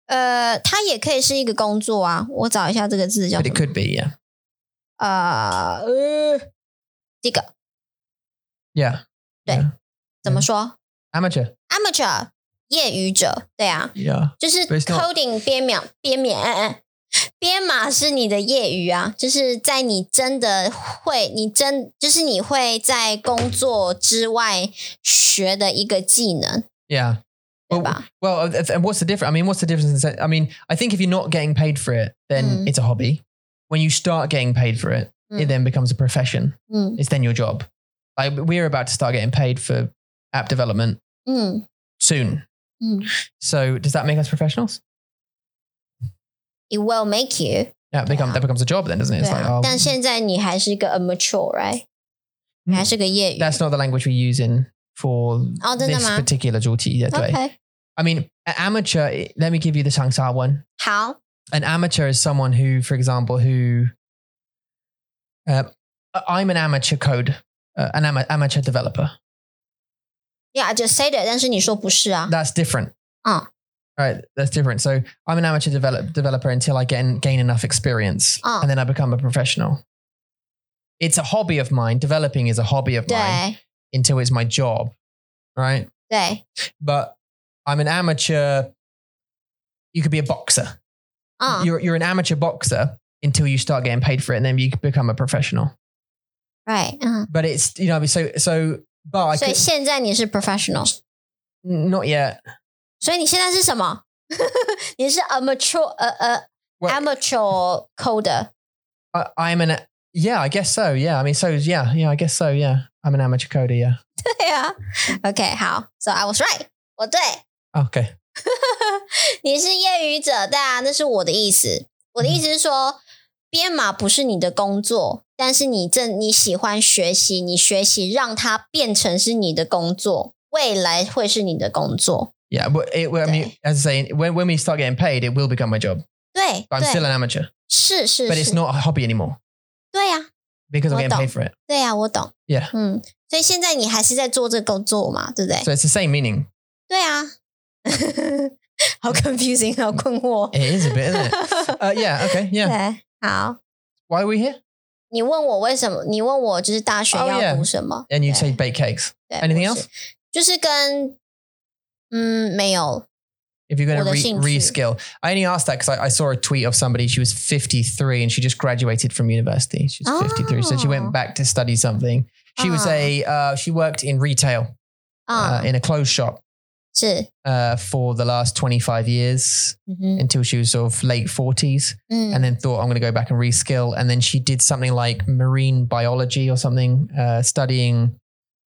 S2: 呃，它也可以是一个工作啊。我找一下这个字叫
S3: But
S2: 什么？
S3: it could be, yeah,
S2: 呃呃，这个
S3: yeah.
S2: 对
S3: Yeah.
S2: 怎么说？
S3: amateur,
S2: amateur 业余者，对啊，
S3: yeah,
S2: 就是
S3: But it's not-
S2: coding 编秒编免编码是你的业余啊，就是在你真的会，你真就是你会在工作之外学的一个技能，
S3: yeah.
S2: 对
S3: Well,
S2: 吧？
S3: well, uh, and what's the difference? I mean, what's the difference? In, sen- I mean, I think if you're not getting paid for it, then
S2: Mm.
S3: it's a hobby. When you start getting paid for it, it
S2: Mm.
S3: then becomes a profession.
S2: 嗯
S3: It's then your job. Like we're about to start getting paid for app development
S2: 嗯
S3: soon.
S2: 嗯
S3: So does that make us professionals?
S2: ，it will make you，
S3: Yeah, become
S2: Yeah.
S3: that becomes a job then, doesn't it?
S2: 对
S3: It's like,
S2: 啊
S3: oh,，
S2: 但现在你还是一个 amateur，right？你还是个业余
S3: 嗯 that's not the language we use in for
S2: Oh, then
S3: this
S2: am I.
S3: particular duty. That way.
S2: ，OK，
S3: I mean, an amateur. Let me give you the Sangsar one.
S2: 好，
S3: An amateur is someone who, for example, who uh, I'm an amateur code, uh, an ama- amateur developer.
S2: 呀，just say that，但是你说不是啊，
S3: That's different.
S2: Ah.
S3: Right, that's different. So I'm an amateur develop, developer until I get gain enough experience,
S2: Ah.
S3: and then I become a professional. It's a hobby of mine. Developing is a hobby of mine
S2: 对
S3: until it's my job, right?
S2: 对，
S3: But I'm an amateur. You could be a boxer.
S2: 嗯。
S3: You're you're an amateur boxer until you start getting paid for it, and then you become a professional.
S2: Right，嗯，
S3: But it's you know so so. But I
S2: 所以
S3: could,
S2: 现在你是 professional，
S3: not yet.
S2: 所以你现在是什么？ 你是 amateur，呃呃
S3: Well-
S2: amateur coder，
S3: I, I'm an yeah, I guess so. Yeah, I mean, so yeah, yeah, I guess so. Yeah, I'm an amateur coder. Yeah.
S2: 对啊，OK，好，So I was right，我对，
S3: Okay.
S2: 你是业余者，对啊，那是我的意思。我的意思是说，编码不是你的工作，但是你正你喜欢学习，你学习让它变成是你的工作，未来会是你的工作。
S3: Yeah, but it, well, I mean,
S2: Okay.
S3: as I say, when, when we start getting paid, it will become my job.
S2: 对
S3: But I'm still
S2: 对，
S3: an amateur.
S2: 是是
S3: But
S2: 是
S3: it's，not a hobby anymore
S2: 对呀、
S3: because I'm
S2: Well
S3: getting
S2: done.
S3: paid for it.
S2: 对呀、我懂。
S3: Yeah.
S2: 嗯，所以现在你还是在做这个工作嘛，对不对？
S3: So it's the same meaning.
S2: 对啊， 好 confusing，好困惑。
S3: It is a bit, isn't it? Uh, yeah. Okay. Yeah.
S2: 对，好，
S3: Why are we here?
S2: 你问我为什么？你问我就是大学
S3: Oh,
S2: 要
S3: yeah. 啊
S2: 读什么
S3: And you say
S2: 对
S3: bake cakes.
S2: 对
S3: anything
S2: 我是就是跟嗯没有
S3: If you're going to
S2: Well,
S3: re-
S2: they're seeing to.
S3: reskill, I only asked that because I, I saw a tweet of somebody. She was 53 and she just graduated from university. She's 53, so she
S2: Oh.
S3: went back to study something. She was
S2: Ah.
S3: a uh, she worked in retail
S2: 啊、
S3: uh, in a clothes shop
S2: 是
S3: uh, for the last 25 years
S2: 嗯哼
S3: until she was sort of late 40s.
S2: 嗯
S3: and then thought I'm going to go back and reskill. And then she did something like marine biology or something, uh, studying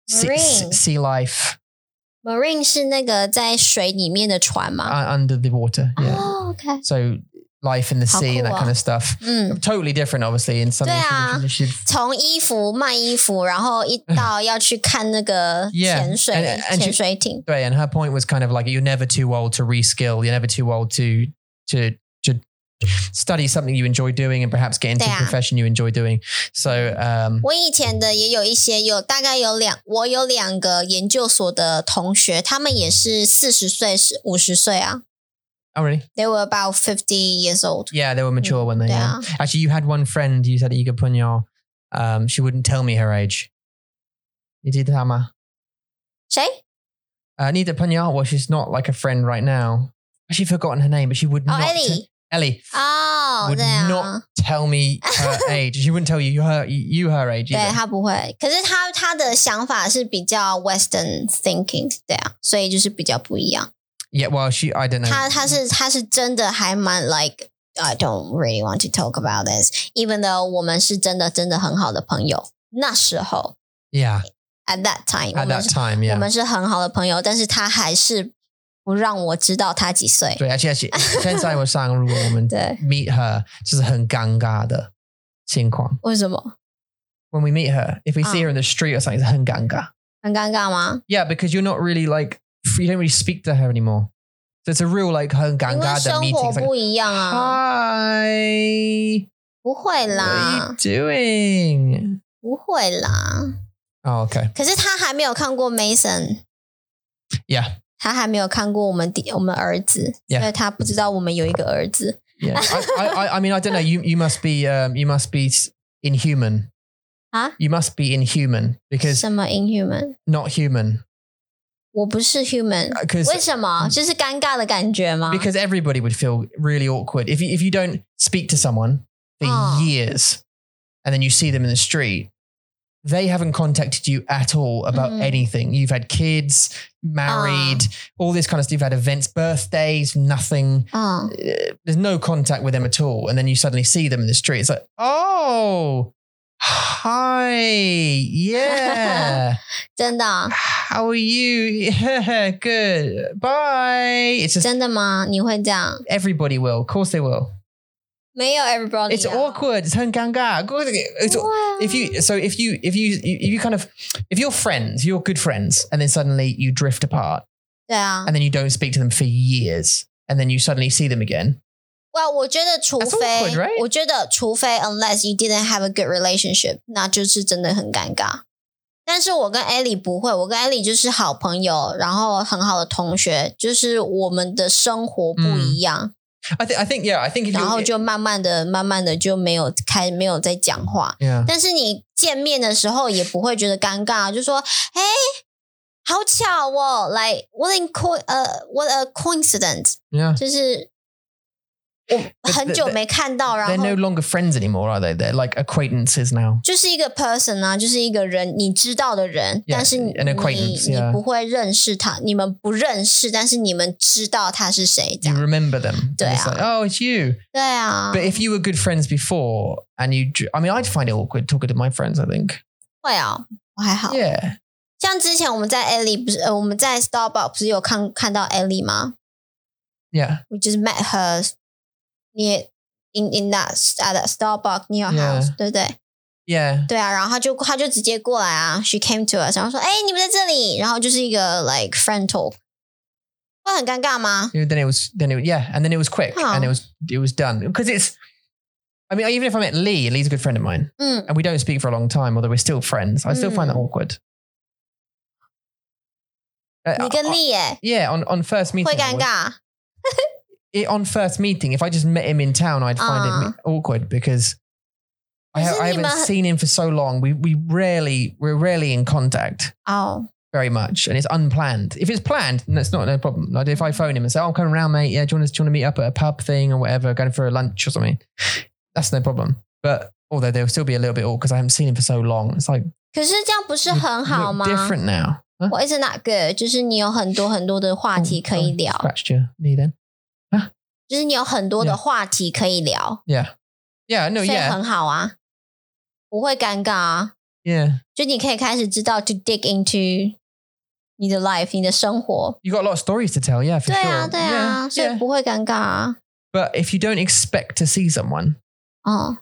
S3: sea,
S2: Marine.
S3: sea life
S2: marine 是那个在水里面的船嘛？
S3: uh, under the water. Yeah.
S2: 哦，OK、o k
S3: So life in the
S2: How
S3: sea and that
S2: cool.
S3: kind of stuff.
S2: 嗯，
S3: Totally different, obviously, in something.
S2: Yeah.
S3: she- she- she-
S2: 从衣服卖衣服，然后一到要去看那个
S3: 嗯 Yeah. 哎
S2: 潜水
S3: And- and she-
S2: 潜水艇。
S3: Right, and her point was kind of like you're never too old to reskill. You're never too old to to to study something you enjoy doing and perhaps get into
S2: Yeah.
S3: a profession you enjoy doing. So um,
S2: 我以前的也有一些，有大概有两，我有两个研究所的同学，他们也是四十岁、五十岁啊。
S3: oh really?
S2: They were about fifty years old. 啊
S3: Yeah, they were mature when they.
S2: Yeah.
S3: Yeah. Actually, you had one friend. You said Iga Punyal. Um, she wouldn't tell me her age. You did Hama.
S2: 谁？
S3: Uh, Nita Punyal. Well, she's not like a friend right now. She's forgotten her name, but she would
S2: 哦
S3: not.
S2: Oh, ，Ellie。
S3: Ellie
S2: 哦，
S3: would
S2: 对啊
S3: not，tell me her age. She wouldn't tell you her you her age.
S2: 对
S3: Either.
S2: 他不会。可是他他的想法是比较 Western thinking，对啊，所以就是比较不一样。
S3: Yeah. Well, she. I don't know.
S2: 他他是他是真的还蛮 like I don't really want to talk about this，even though 我们是真的真的很好的朋友。那时候，
S3: yeah.
S2: at that time，我
S3: at
S2: 们
S3: that
S2: 是
S3: time.
S2: 我
S3: Yeah.
S2: 们是很好的朋友，但是他还是不让我知道他几岁。
S3: 对，而且而且现在我想，如果我们
S2: 对
S3: meet her，就是很尴尬的情况。
S2: 为什么？
S3: When we meet her, if we see her in the street or something, 是很尴尬。
S2: 很尴尬吗？
S3: Yeah, because you're not really like you don't really speak to her anymore. So it's a real like 很尴
S2: 因为
S3: 尬的
S2: 生
S3: meeting.
S2: 活
S3: It's like,
S2: 不一样啊，
S3: Hi,
S2: 不会
S3: what are
S2: 啦
S3: you，doing?
S2: 不会啦。
S3: Oh, okay.
S2: 可是他还没有看过 Mason，
S3: Yeah,
S2: 他还没有看过我们弟我们儿子
S3: Yeah
S2: 所以他不知道我们有一个儿子。
S3: yeah. I, I, I, I mean, I don't know. You, you must be, um, you must be s- inhuman.
S2: Huh?
S3: You must be inhuman because
S2: 什么 inhuman？
S3: not human.
S2: 我不是 human，
S3: 啊 Because 嗯
S2: 为什么？就是尴尬的感觉吗？
S3: because everybody would feel really awkward if you, if you don't speak to someone for
S2: Oh.
S3: years and then you see them in the street they haven't contacted you at all about
S2: Mm.
S3: anything you've had kids married all this kind of stuff you've had events birthdays nothing
S2: 嗯，
S3: Uh, there's no contact with them at all and then you suddenly see them in the street it's like oh hi yeah
S2: 真的啊，
S3: how are you yeah good bye it's just
S2: 真的吗？你会这样？
S3: everybody will of course they will
S2: 没有 everybody，
S3: it's
S2: 啊
S3: awkward. It's 很尴尬. It's,
S2: 不会啊
S3: if you so if you if you if you kind of if you're friends, you're good friends, and then suddenly you drift apart,
S2: 对啊，
S3: and then you don't speak to them for years, and then you suddenly see them again.
S2: 哇，我觉得除
S3: That's
S2: 非
S3: awkward, right?
S2: 我觉得除非 unless you didn't have a good relationship，那就是真的很尴尬。但是我跟 Ellie 不会，我跟 Ellie 就是好朋友，然后很好的同学，就是我们的生活
S3: 嗯
S2: 不一样，
S3: I think I think yeah. I think if
S2: 然后
S3: you
S2: 就慢慢的、慢慢的就没有开，没有再讲话。
S3: yeah
S2: 但是你见面的时候也不会觉得尴尬，就说：“哎、好巧哦，来、what a co 呃、what a coincidence，
S3: yeah.
S2: 就是我
S3: Oh, But
S2: 很
S3: the-
S2: 久
S3: the-
S2: 没看到，然
S3: They're
S2: 后
S3: no longer friends anymore, are they? They're like acquaintances now.
S2: 就是一个 person 啊，就是一个人，你知道的人
S3: Yeah,
S2: 但是你
S3: an
S2: 你
S3: acquaintance,
S2: 你
S3: yeah.
S2: 不会认识他，你们不认识，但是你们知道他是谁，这
S3: You
S2: 样
S3: remember them. And it's
S2: Yeah. Um,
S3: like, oh, it's you.
S2: 对啊
S3: But，if you were good friends before, and you, dr- I mean, I'd find it awkward talking to my friends. I think.
S2: 会啊，我还好。
S3: Yeah.
S2: 像之前我们在 Ellie 不是呃我们在 Starbucks 不是有看看到 Ellie 吗
S3: Yeah.
S2: ？We just met her near in in that at that Starbucks near your house，、
S3: Yeah.
S2: 对不对？
S3: Yeah.
S2: 对啊，然后他就他就直接过来啊，she came to us，然后说：“哎、你们在这里。”然后就是一个 like friend talk，会很尴尬吗？
S3: You know, then it was then it yeah, and then it was quick
S2: Oh.
S3: and it was it was done because it's. I mean, even if I met Lee, Lee's a good friend of mine,
S2: 嗯，
S3: and we don't speak for a long time, although we're still friends. I still find
S2: Mm.
S3: that awkward. Uh,
S2: 你跟
S3: I- I-
S2: 丽耶、
S3: yeah, on, on first meeting,
S2: 会
S3: I
S2: 尴
S3: would-
S2: 尬，
S3: it- on first meeting, if I just met him in town, I'd find it
S2: Ah.
S3: me- awkward because I, ha-
S2: Isn't
S3: I
S2: he
S3: haven't
S2: ma-
S3: seen him for so long. We we rarely we're rarely in contact
S2: 哦，
S3: very much, and it's unplanned. If it's planned, no, it's not no problem. Like if I phone him and say, "Oh, I'm coming around, mate. Yeah, do you want to do you want to meet up at a pub thing or whatever, going for a lunch or something?" That's no problem. But although there'll still be a little bit awkward because I haven't seen him for so long. It's like
S2: 可是这样不是
S3: you
S2: 很
S3: look
S2: 好吗？
S3: 嗯 different now. Huh?
S2: 我一直 not good，就是你有很多很多的话
S3: Oh,
S2: 题可以
S3: sorry,
S2: 聊，
S3: Scratched your knee then.
S2: 就是你有很多的话题可以聊
S3: Yeah. Yeah.
S2: 所
S3: No.
S2: 以
S3: Yeah.
S2: 很好啊，不会尴尬啊，
S3: Yeah.
S2: 就你可以开始知道 to dig into 你的 life，你的生活。
S3: You got a lot of stories to tell. Yeah. For
S2: 对
S3: sure.
S2: 啊，对
S3: Yeah,
S2: 啊，所以
S3: yeah.
S2: 不会尴尬啊。
S3: But if you don't expect to see someone
S2: 哦，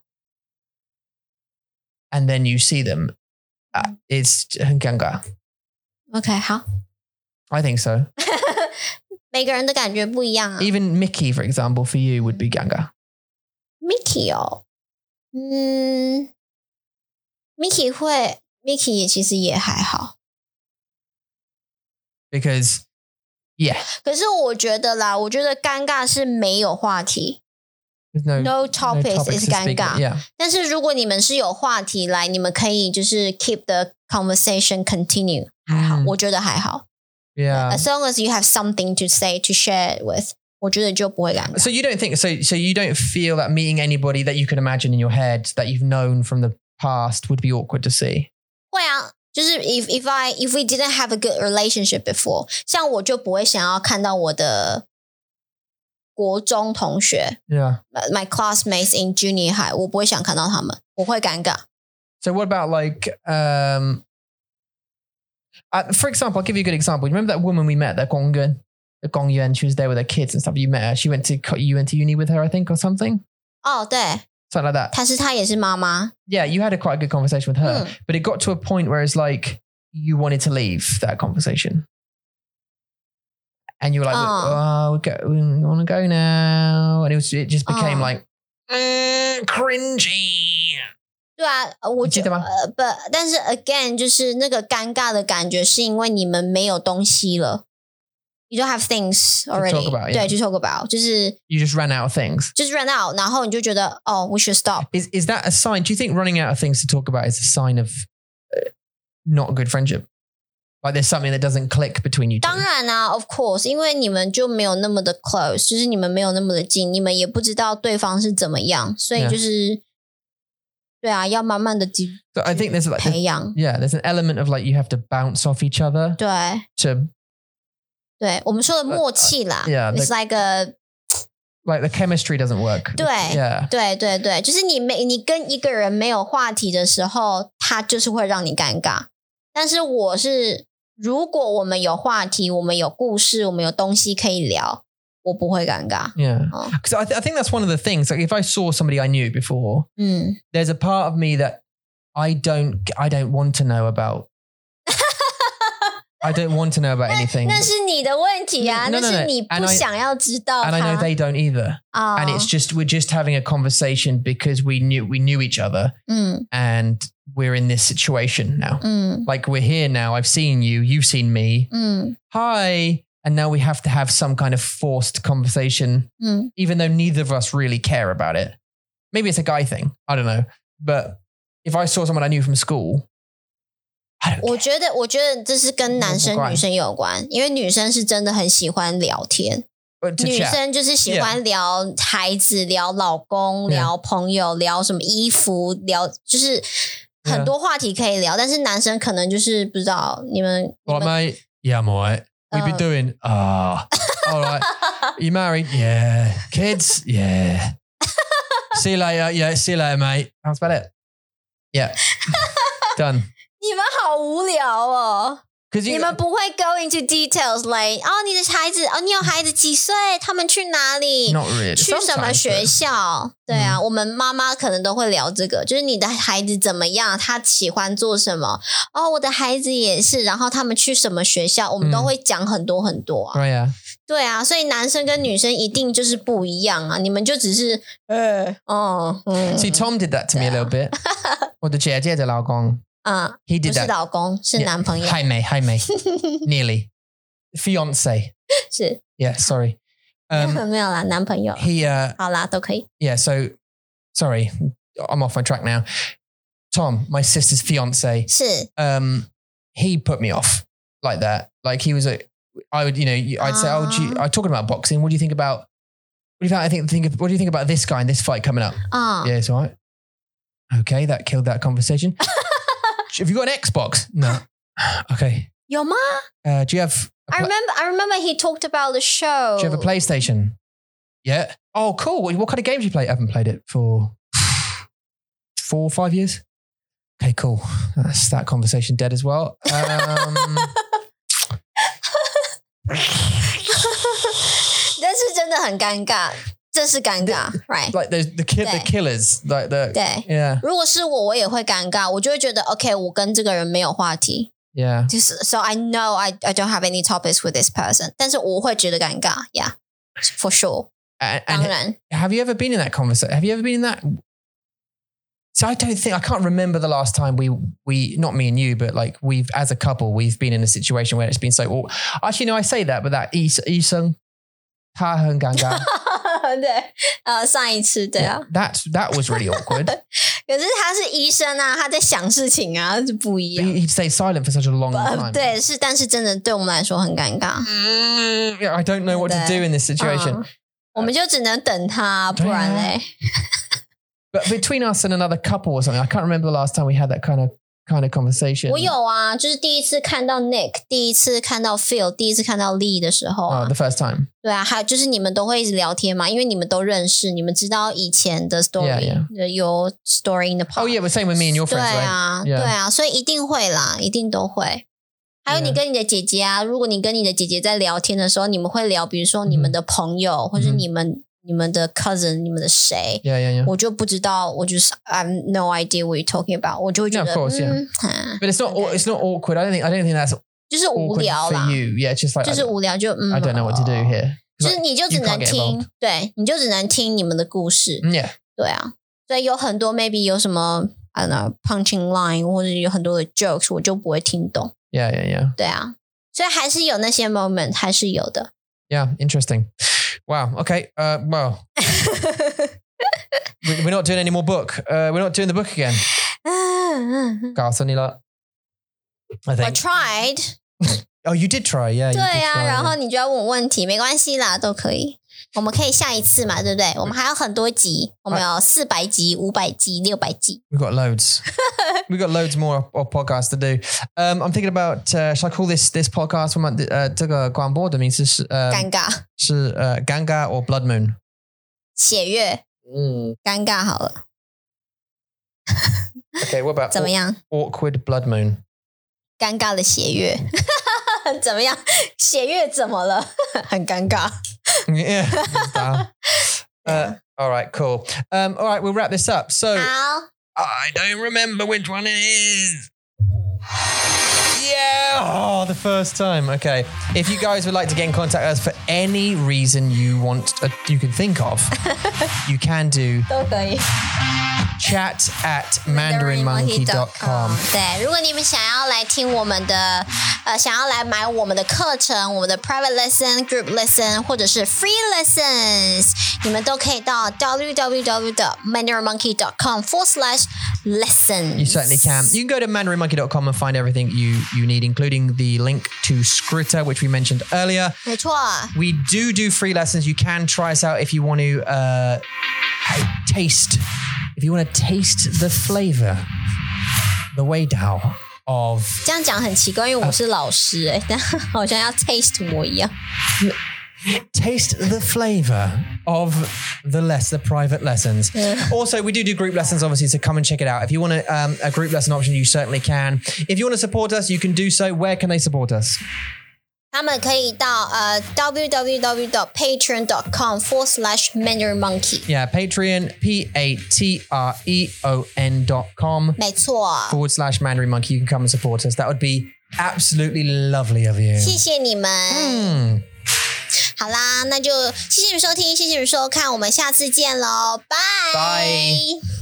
S3: and then you see them, uh, it's 很尴尬.
S2: OK，好，
S3: I think so.
S2: 每个人的感觉不一样啊。
S3: Even Mickey, for example, for you would be ganga.
S2: Mickey 哦，嗯，Mickey 会，Mickey 也其实也还好。
S3: because yeah,
S2: 可是我觉得啦，我觉得尴尬是没有话题
S3: there's no
S2: ，no topic
S3: topics
S2: is
S3: to
S2: 尴
S3: speak about.
S2: 尬。
S3: Yeah,
S2: 但是如果你们是有话题来，你们可以就是 keep the conversation continue，还好，
S3: 嗯啊
S2: 我觉得还好。
S3: Hmm. yeah.
S2: As long as you have something to say to share it with，我觉得就不会尴尬。
S3: So you don't think so? So you don't feel that meeting anybody that you can imagine in your head that you've known from the past would be awkward to see.
S2: 会啊。就是 if if I if we didn't have a good relationship before，像我就不会想要看到我的国中同学
S3: Yeah.
S2: my classmates in junior high，我不会想看到他们，我会尴尬。
S3: So what about like um Uh, for example, I'll give you a good example. You remember that woman we met, that Gongyuan, the Gongyuan. She was there with her kids and stuff. You met her. She went to co- you went to uni with her, I think, or something,
S2: 哦，对，
S3: something like that.
S2: 她是她也是妈妈，
S3: Yeah, you had a quite a good conversation with her,
S2: 嗯
S3: but it got to a point where it's like you wanted to leave that conversation, and you were like, "Oh,
S2: Aw.
S3: we, go, we want to go now," and it was it just became
S2: Aw.
S3: like mm, cringy.
S2: 对啊，呃我
S3: 你记
S2: 觉
S3: 得吗
S2: 呃不，但是 again 就是那个尴尬的感觉，是因为你们没有东西了。You don't have things already.
S3: talk about, yeah.
S2: 对，就 talk about，就是
S3: You just ran out of things.
S2: 就是 run out，然后你就觉得哦，we should stop。
S3: Is is that a sign? Do you think running out of things to talk about is a sign of uh, not a good friendship? Like there's something that doesn't click between you two.
S2: 当然啦、o f course，因为你们就没有那么的 close，就是你们没有那么的近，你们也不知道对方是怎么样，所以
S3: Yeah.
S2: 就是对啊，要慢慢的
S3: So I think there's like there's-
S2: 培养。
S3: yeah, there's an element of like you have to bounce off each other
S2: 对
S3: to
S2: 对，我们说的默契啦、
S3: 呃呃 yeah,
S2: it's like a
S3: like the chemistry doesn't work.
S2: 对
S3: Yeah.
S2: 对对对，就是你没你跟一个人没有话题的时候，他就是会让你尴尬。但是我是，如果我们有话题，我们有故事，我们有东西可以聊，我不会尴尬。
S3: Yeah.
S2: Oh.
S3: Because I, th- I think that's one of the things. Like if I saw somebody I knew before,
S2: 嗯，
S3: there's a part of me that I don't I don't want to know about. I don't want to know about anything.
S2: 那是你的问题啊，那
S3: No, no, no,
S2: 是
S3: no.
S2: 你不
S3: And I-
S2: 想要知道
S3: and I know
S2: 他
S3: they don't either.
S2: 啊
S3: and it's just we're just having a conversation because we knew we knew each other
S2: 嗯
S3: and we're in this situation now
S2: 嗯
S3: like we're here now i've seen you you've seen me
S2: 嗯
S3: hi and now we have to have some kind of forced conversation
S2: 嗯
S3: even though neither of us really care about it maybe it's a guy thing i don't know but if i saw someone i knew from school i don't
S2: 我
S3: care.
S2: 觉得，我觉得这是跟男
S3: 无
S2: 生
S3: 关
S2: 女生有关，因为女生是真的很喜欢聊天，
S3: But uh, to
S2: 女
S3: chat
S2: 生就是喜欢聊孩子、聊老公、
S3: Yeah.
S2: 聊朋友、聊什么衣服、聊就是很
S3: Yeah.
S2: 多话题可以聊，但是男生可能就是不知道你们你
S3: all
S2: 们
S3: right mate yeah i'm all right we've been
S2: Uh.
S3: doing ah all right You married? Yeah. Kids? Yeah. see you later. Yeah, see you later, mate. That's about it. Yeah. Done.
S2: 你们好无聊哦。
S3: Because
S2: 你
S3: you,
S2: 们不会 go into details like 哦，你的孩子哦，你有孩子几岁？他们去哪 里？
S3: not really.
S2: 去什么
S3: Sometimes,
S2: 学
S3: but-
S2: 校？对啊，我们妈妈可能都会聊这个，就是你的孩子怎么样，他喜欢做什么？哦，我的孩子也是，然后他们去什么学校，我们都
S3: 嗯
S2: 会讲很多很多啊。
S3: Right, Oh, yeah.
S2: 对啊，所以男生跟女生一定就是不一样啊，你们就只是呃，哦，嗯，
S3: See, Tom did that to me a little bit. Or the JJ the Lao Gong.
S2: 嗯，
S3: He
S2: 不
S3: did
S2: 是
S3: that.
S2: 老公，是
S3: Yeah.
S2: 男朋友，
S3: Hi, mate. Hi, mate. Nearly. Fiance.
S2: 是
S3: Yeah, sorry. Um,
S2: 没有啦，男朋友，
S3: he, uh,
S2: 好啦，都可以。
S3: yeah, so sorry. I'm off my track now. Tom, my sister's fiance,
S2: 是
S3: um, he put me off like that. Like he was a, I would, you know, you- I'd say, oh, do you,
S2: Ah.
S3: I'm talking about boxing. What do you think about? What do you think? I think, think of, what do you think about this guy and this fight coming up?
S2: 啊、
S3: Yeah, it's all right. Okay, that killed that conversation. have you got an Xbox? No. okay.
S2: 有吗
S3: Uh, do you have? A
S2: ？I
S3: pla-
S2: remember, I remember he talked about the show.
S3: do you have a PlayStation? Yeah. Oh, cool. What, what kind of games you play? I haven't played it for four or five years. Okay, cool. That's that conversation dead as well. Um,
S2: 但是真的很尴尬，这是尴尬，right？
S3: like the the, ki- the
S2: Yeah.
S3: killers, like the
S2: 对，
S3: yeah
S2: 如果是我，我也会尴尬，我就会觉得，OK，我跟这个人没有话题，
S3: yeah
S2: 就是 So I know I I don't have any topics with this person，但是我会觉得尴尬，Yeah，for sure。
S3: and,
S2: 当
S3: and
S2: 然，
S3: have you ever been in that conversation? Have you ever been in that? So I don't think I can't remember the last time we we not me and you, but like we've as a couple we've been in a situation where it's been so. Or, actually, no, I say that, but that Is Isung, Ta Heng Ganga,
S2: 对，呃，上一次对啊，
S3: that that was really awkward.
S2: 可是他是医生啊，他在想事情啊，是不一
S3: But
S2: 样。
S3: he- He'd stay silent for such a long
S2: 呃，
S3: time.
S2: 对，是，但是真的对我们来说很尴尬。
S3: Yeah, I don't know what to do in this situation.
S2: 嗯我们就只能等他，
S3: 呃对啊
S2: 不然嘞，
S3: But between us and another couple or something, I can't remember the last time we had that kind of kind of conversation.
S2: 我有啊，就是第一次看到 Nick，第一次看到 Phil，第一次看到 Lee 的时候啊
S3: Oh, the first time.
S2: 对啊，还有就是你们都会一直聊天嘛，因为你们都认识，你们知道以前的 story，
S3: Yeah,
S2: 呃有 story in the past。
S3: Oh yeah, but same with me and your
S2: 对啊
S3: friends, right?
S2: 啊，对
S3: Yeah.
S2: 啊，所以一定会啦，一定都会。还有你
S3: Yeah.
S2: 跟你的姐姐啊，如果你跟你的姐姐在聊天的时候，你们会聊，比如说你们的朋友，或者
S3: 嗯
S2: 你们、你们的 cousin、你们的谁，
S3: Yeah, yeah, yeah.
S2: 我就不知道，我就是 I have no idea what you're talking about，我就会觉
S3: Yeah, of
S2: 得
S3: course, yeah.
S2: 嗯，啊
S3: But it's not. au-
S2: Okay.
S3: It's not awkward. I don't think. I don't think that's
S2: 就是无
S3: awkward
S2: 聊
S3: for
S2: 啦，
S3: you. Yeah, it's just like
S2: 就
S3: I
S2: 是
S3: don't,
S2: 无聊就嗯
S3: I don't know what to do here.
S2: 就
S3: 'Cause
S2: 是你就只
S3: you can't
S2: 能
S3: get
S2: 听
S3: involved.，
S2: 对，你就只能听你们的故事，
S3: like- yeah,
S2: 对啊，所以有很多 maybe 有什么 I don't know punching line 或者有很多的 jokes 我就不会听懂，
S3: yeah, yeah, yeah,
S2: 对啊，所以还是有那些 moment 还是有的。
S3: yeah. Interesting. Wow. Okay. Uh. Well, we- we're not doing any more book. Uh. We're not doing the book again.
S2: 嗯
S3: Carl, suddenly like. I
S2: 我
S3: think.
S2: tried，
S3: Oh, you did try. Yeah.
S2: 对
S3: you did
S2: 啊，
S3: try,
S2: 然
S3: yeah.
S2: 后你就要问我问题，没关系啦，都可以，我们可以下一次嘛，对不对？我们还有很多集，我们有四百集、五百集、六百集。
S3: We've got loads. We've got loads more of, of podcasts to do. Um, I'm thinking about uh, shall I call this this podcast? uh, 我们呃这个广播的名字是呃是呃
S2: 尴尬，
S3: um, uh, Ganga or Blood Moon。
S2: 血月
S3: 嗯
S2: 尴尬好了，
S3: ，Okay, what about
S2: 怎么样？
S3: awkward Blood Moon?
S2: 尴尬的血月， 怎么样？血月怎么了？ 很尴尬。
S3: Yeah. uh, all right, cool. Um, all right, we'll wrap this up. So
S2: 好，
S3: I don't remember which one it is. Yeah, oh, the first time. Okay, if you guys would like to get in contact with us for any reason you want, uh, you can think of, you can do
S2: 都可以。
S3: chat at mandarinmonkey.com.
S2: 对，如果你们想要来听我们的，呃，想要来买我们的课程，我们的 private lesson、group lesson 或者是 free lessons，你们都可以到 www 的 mannermonkey.com forward slash lessons。
S3: You certainly can. You can go to mandarinmonkey.com and find everything you, you need, including the link to Scritter, which we mentioned earlier.
S2: 没错，
S3: We do do free lessons. You can try us out if you want to uh, taste, if you want to taste the flavor, the way down of.
S2: 这样讲很奇怪，因为我是老师、哎，但好像要 taste 我一样。
S3: taste the flavor of the less the private lessons also we do do group lessons obviously so come and check it out if you want a, um, a group lesson option you certainly can if you want to support us you can do so where can they support us
S2: 他们可以到呃 www dot patreon dot com forward slash manner monkey，
S3: yeah patreon p-a-t-r-e-o-n E dot com
S2: 没错，
S3: forward slash mandarin monkey you can come and support us that would be absolutely lovely of you
S2: 谢谢你们。
S3: Hmm.
S2: 好啦，那就谢谢你们收听，谢谢你们收看，我们下次见喽，拜
S3: 拜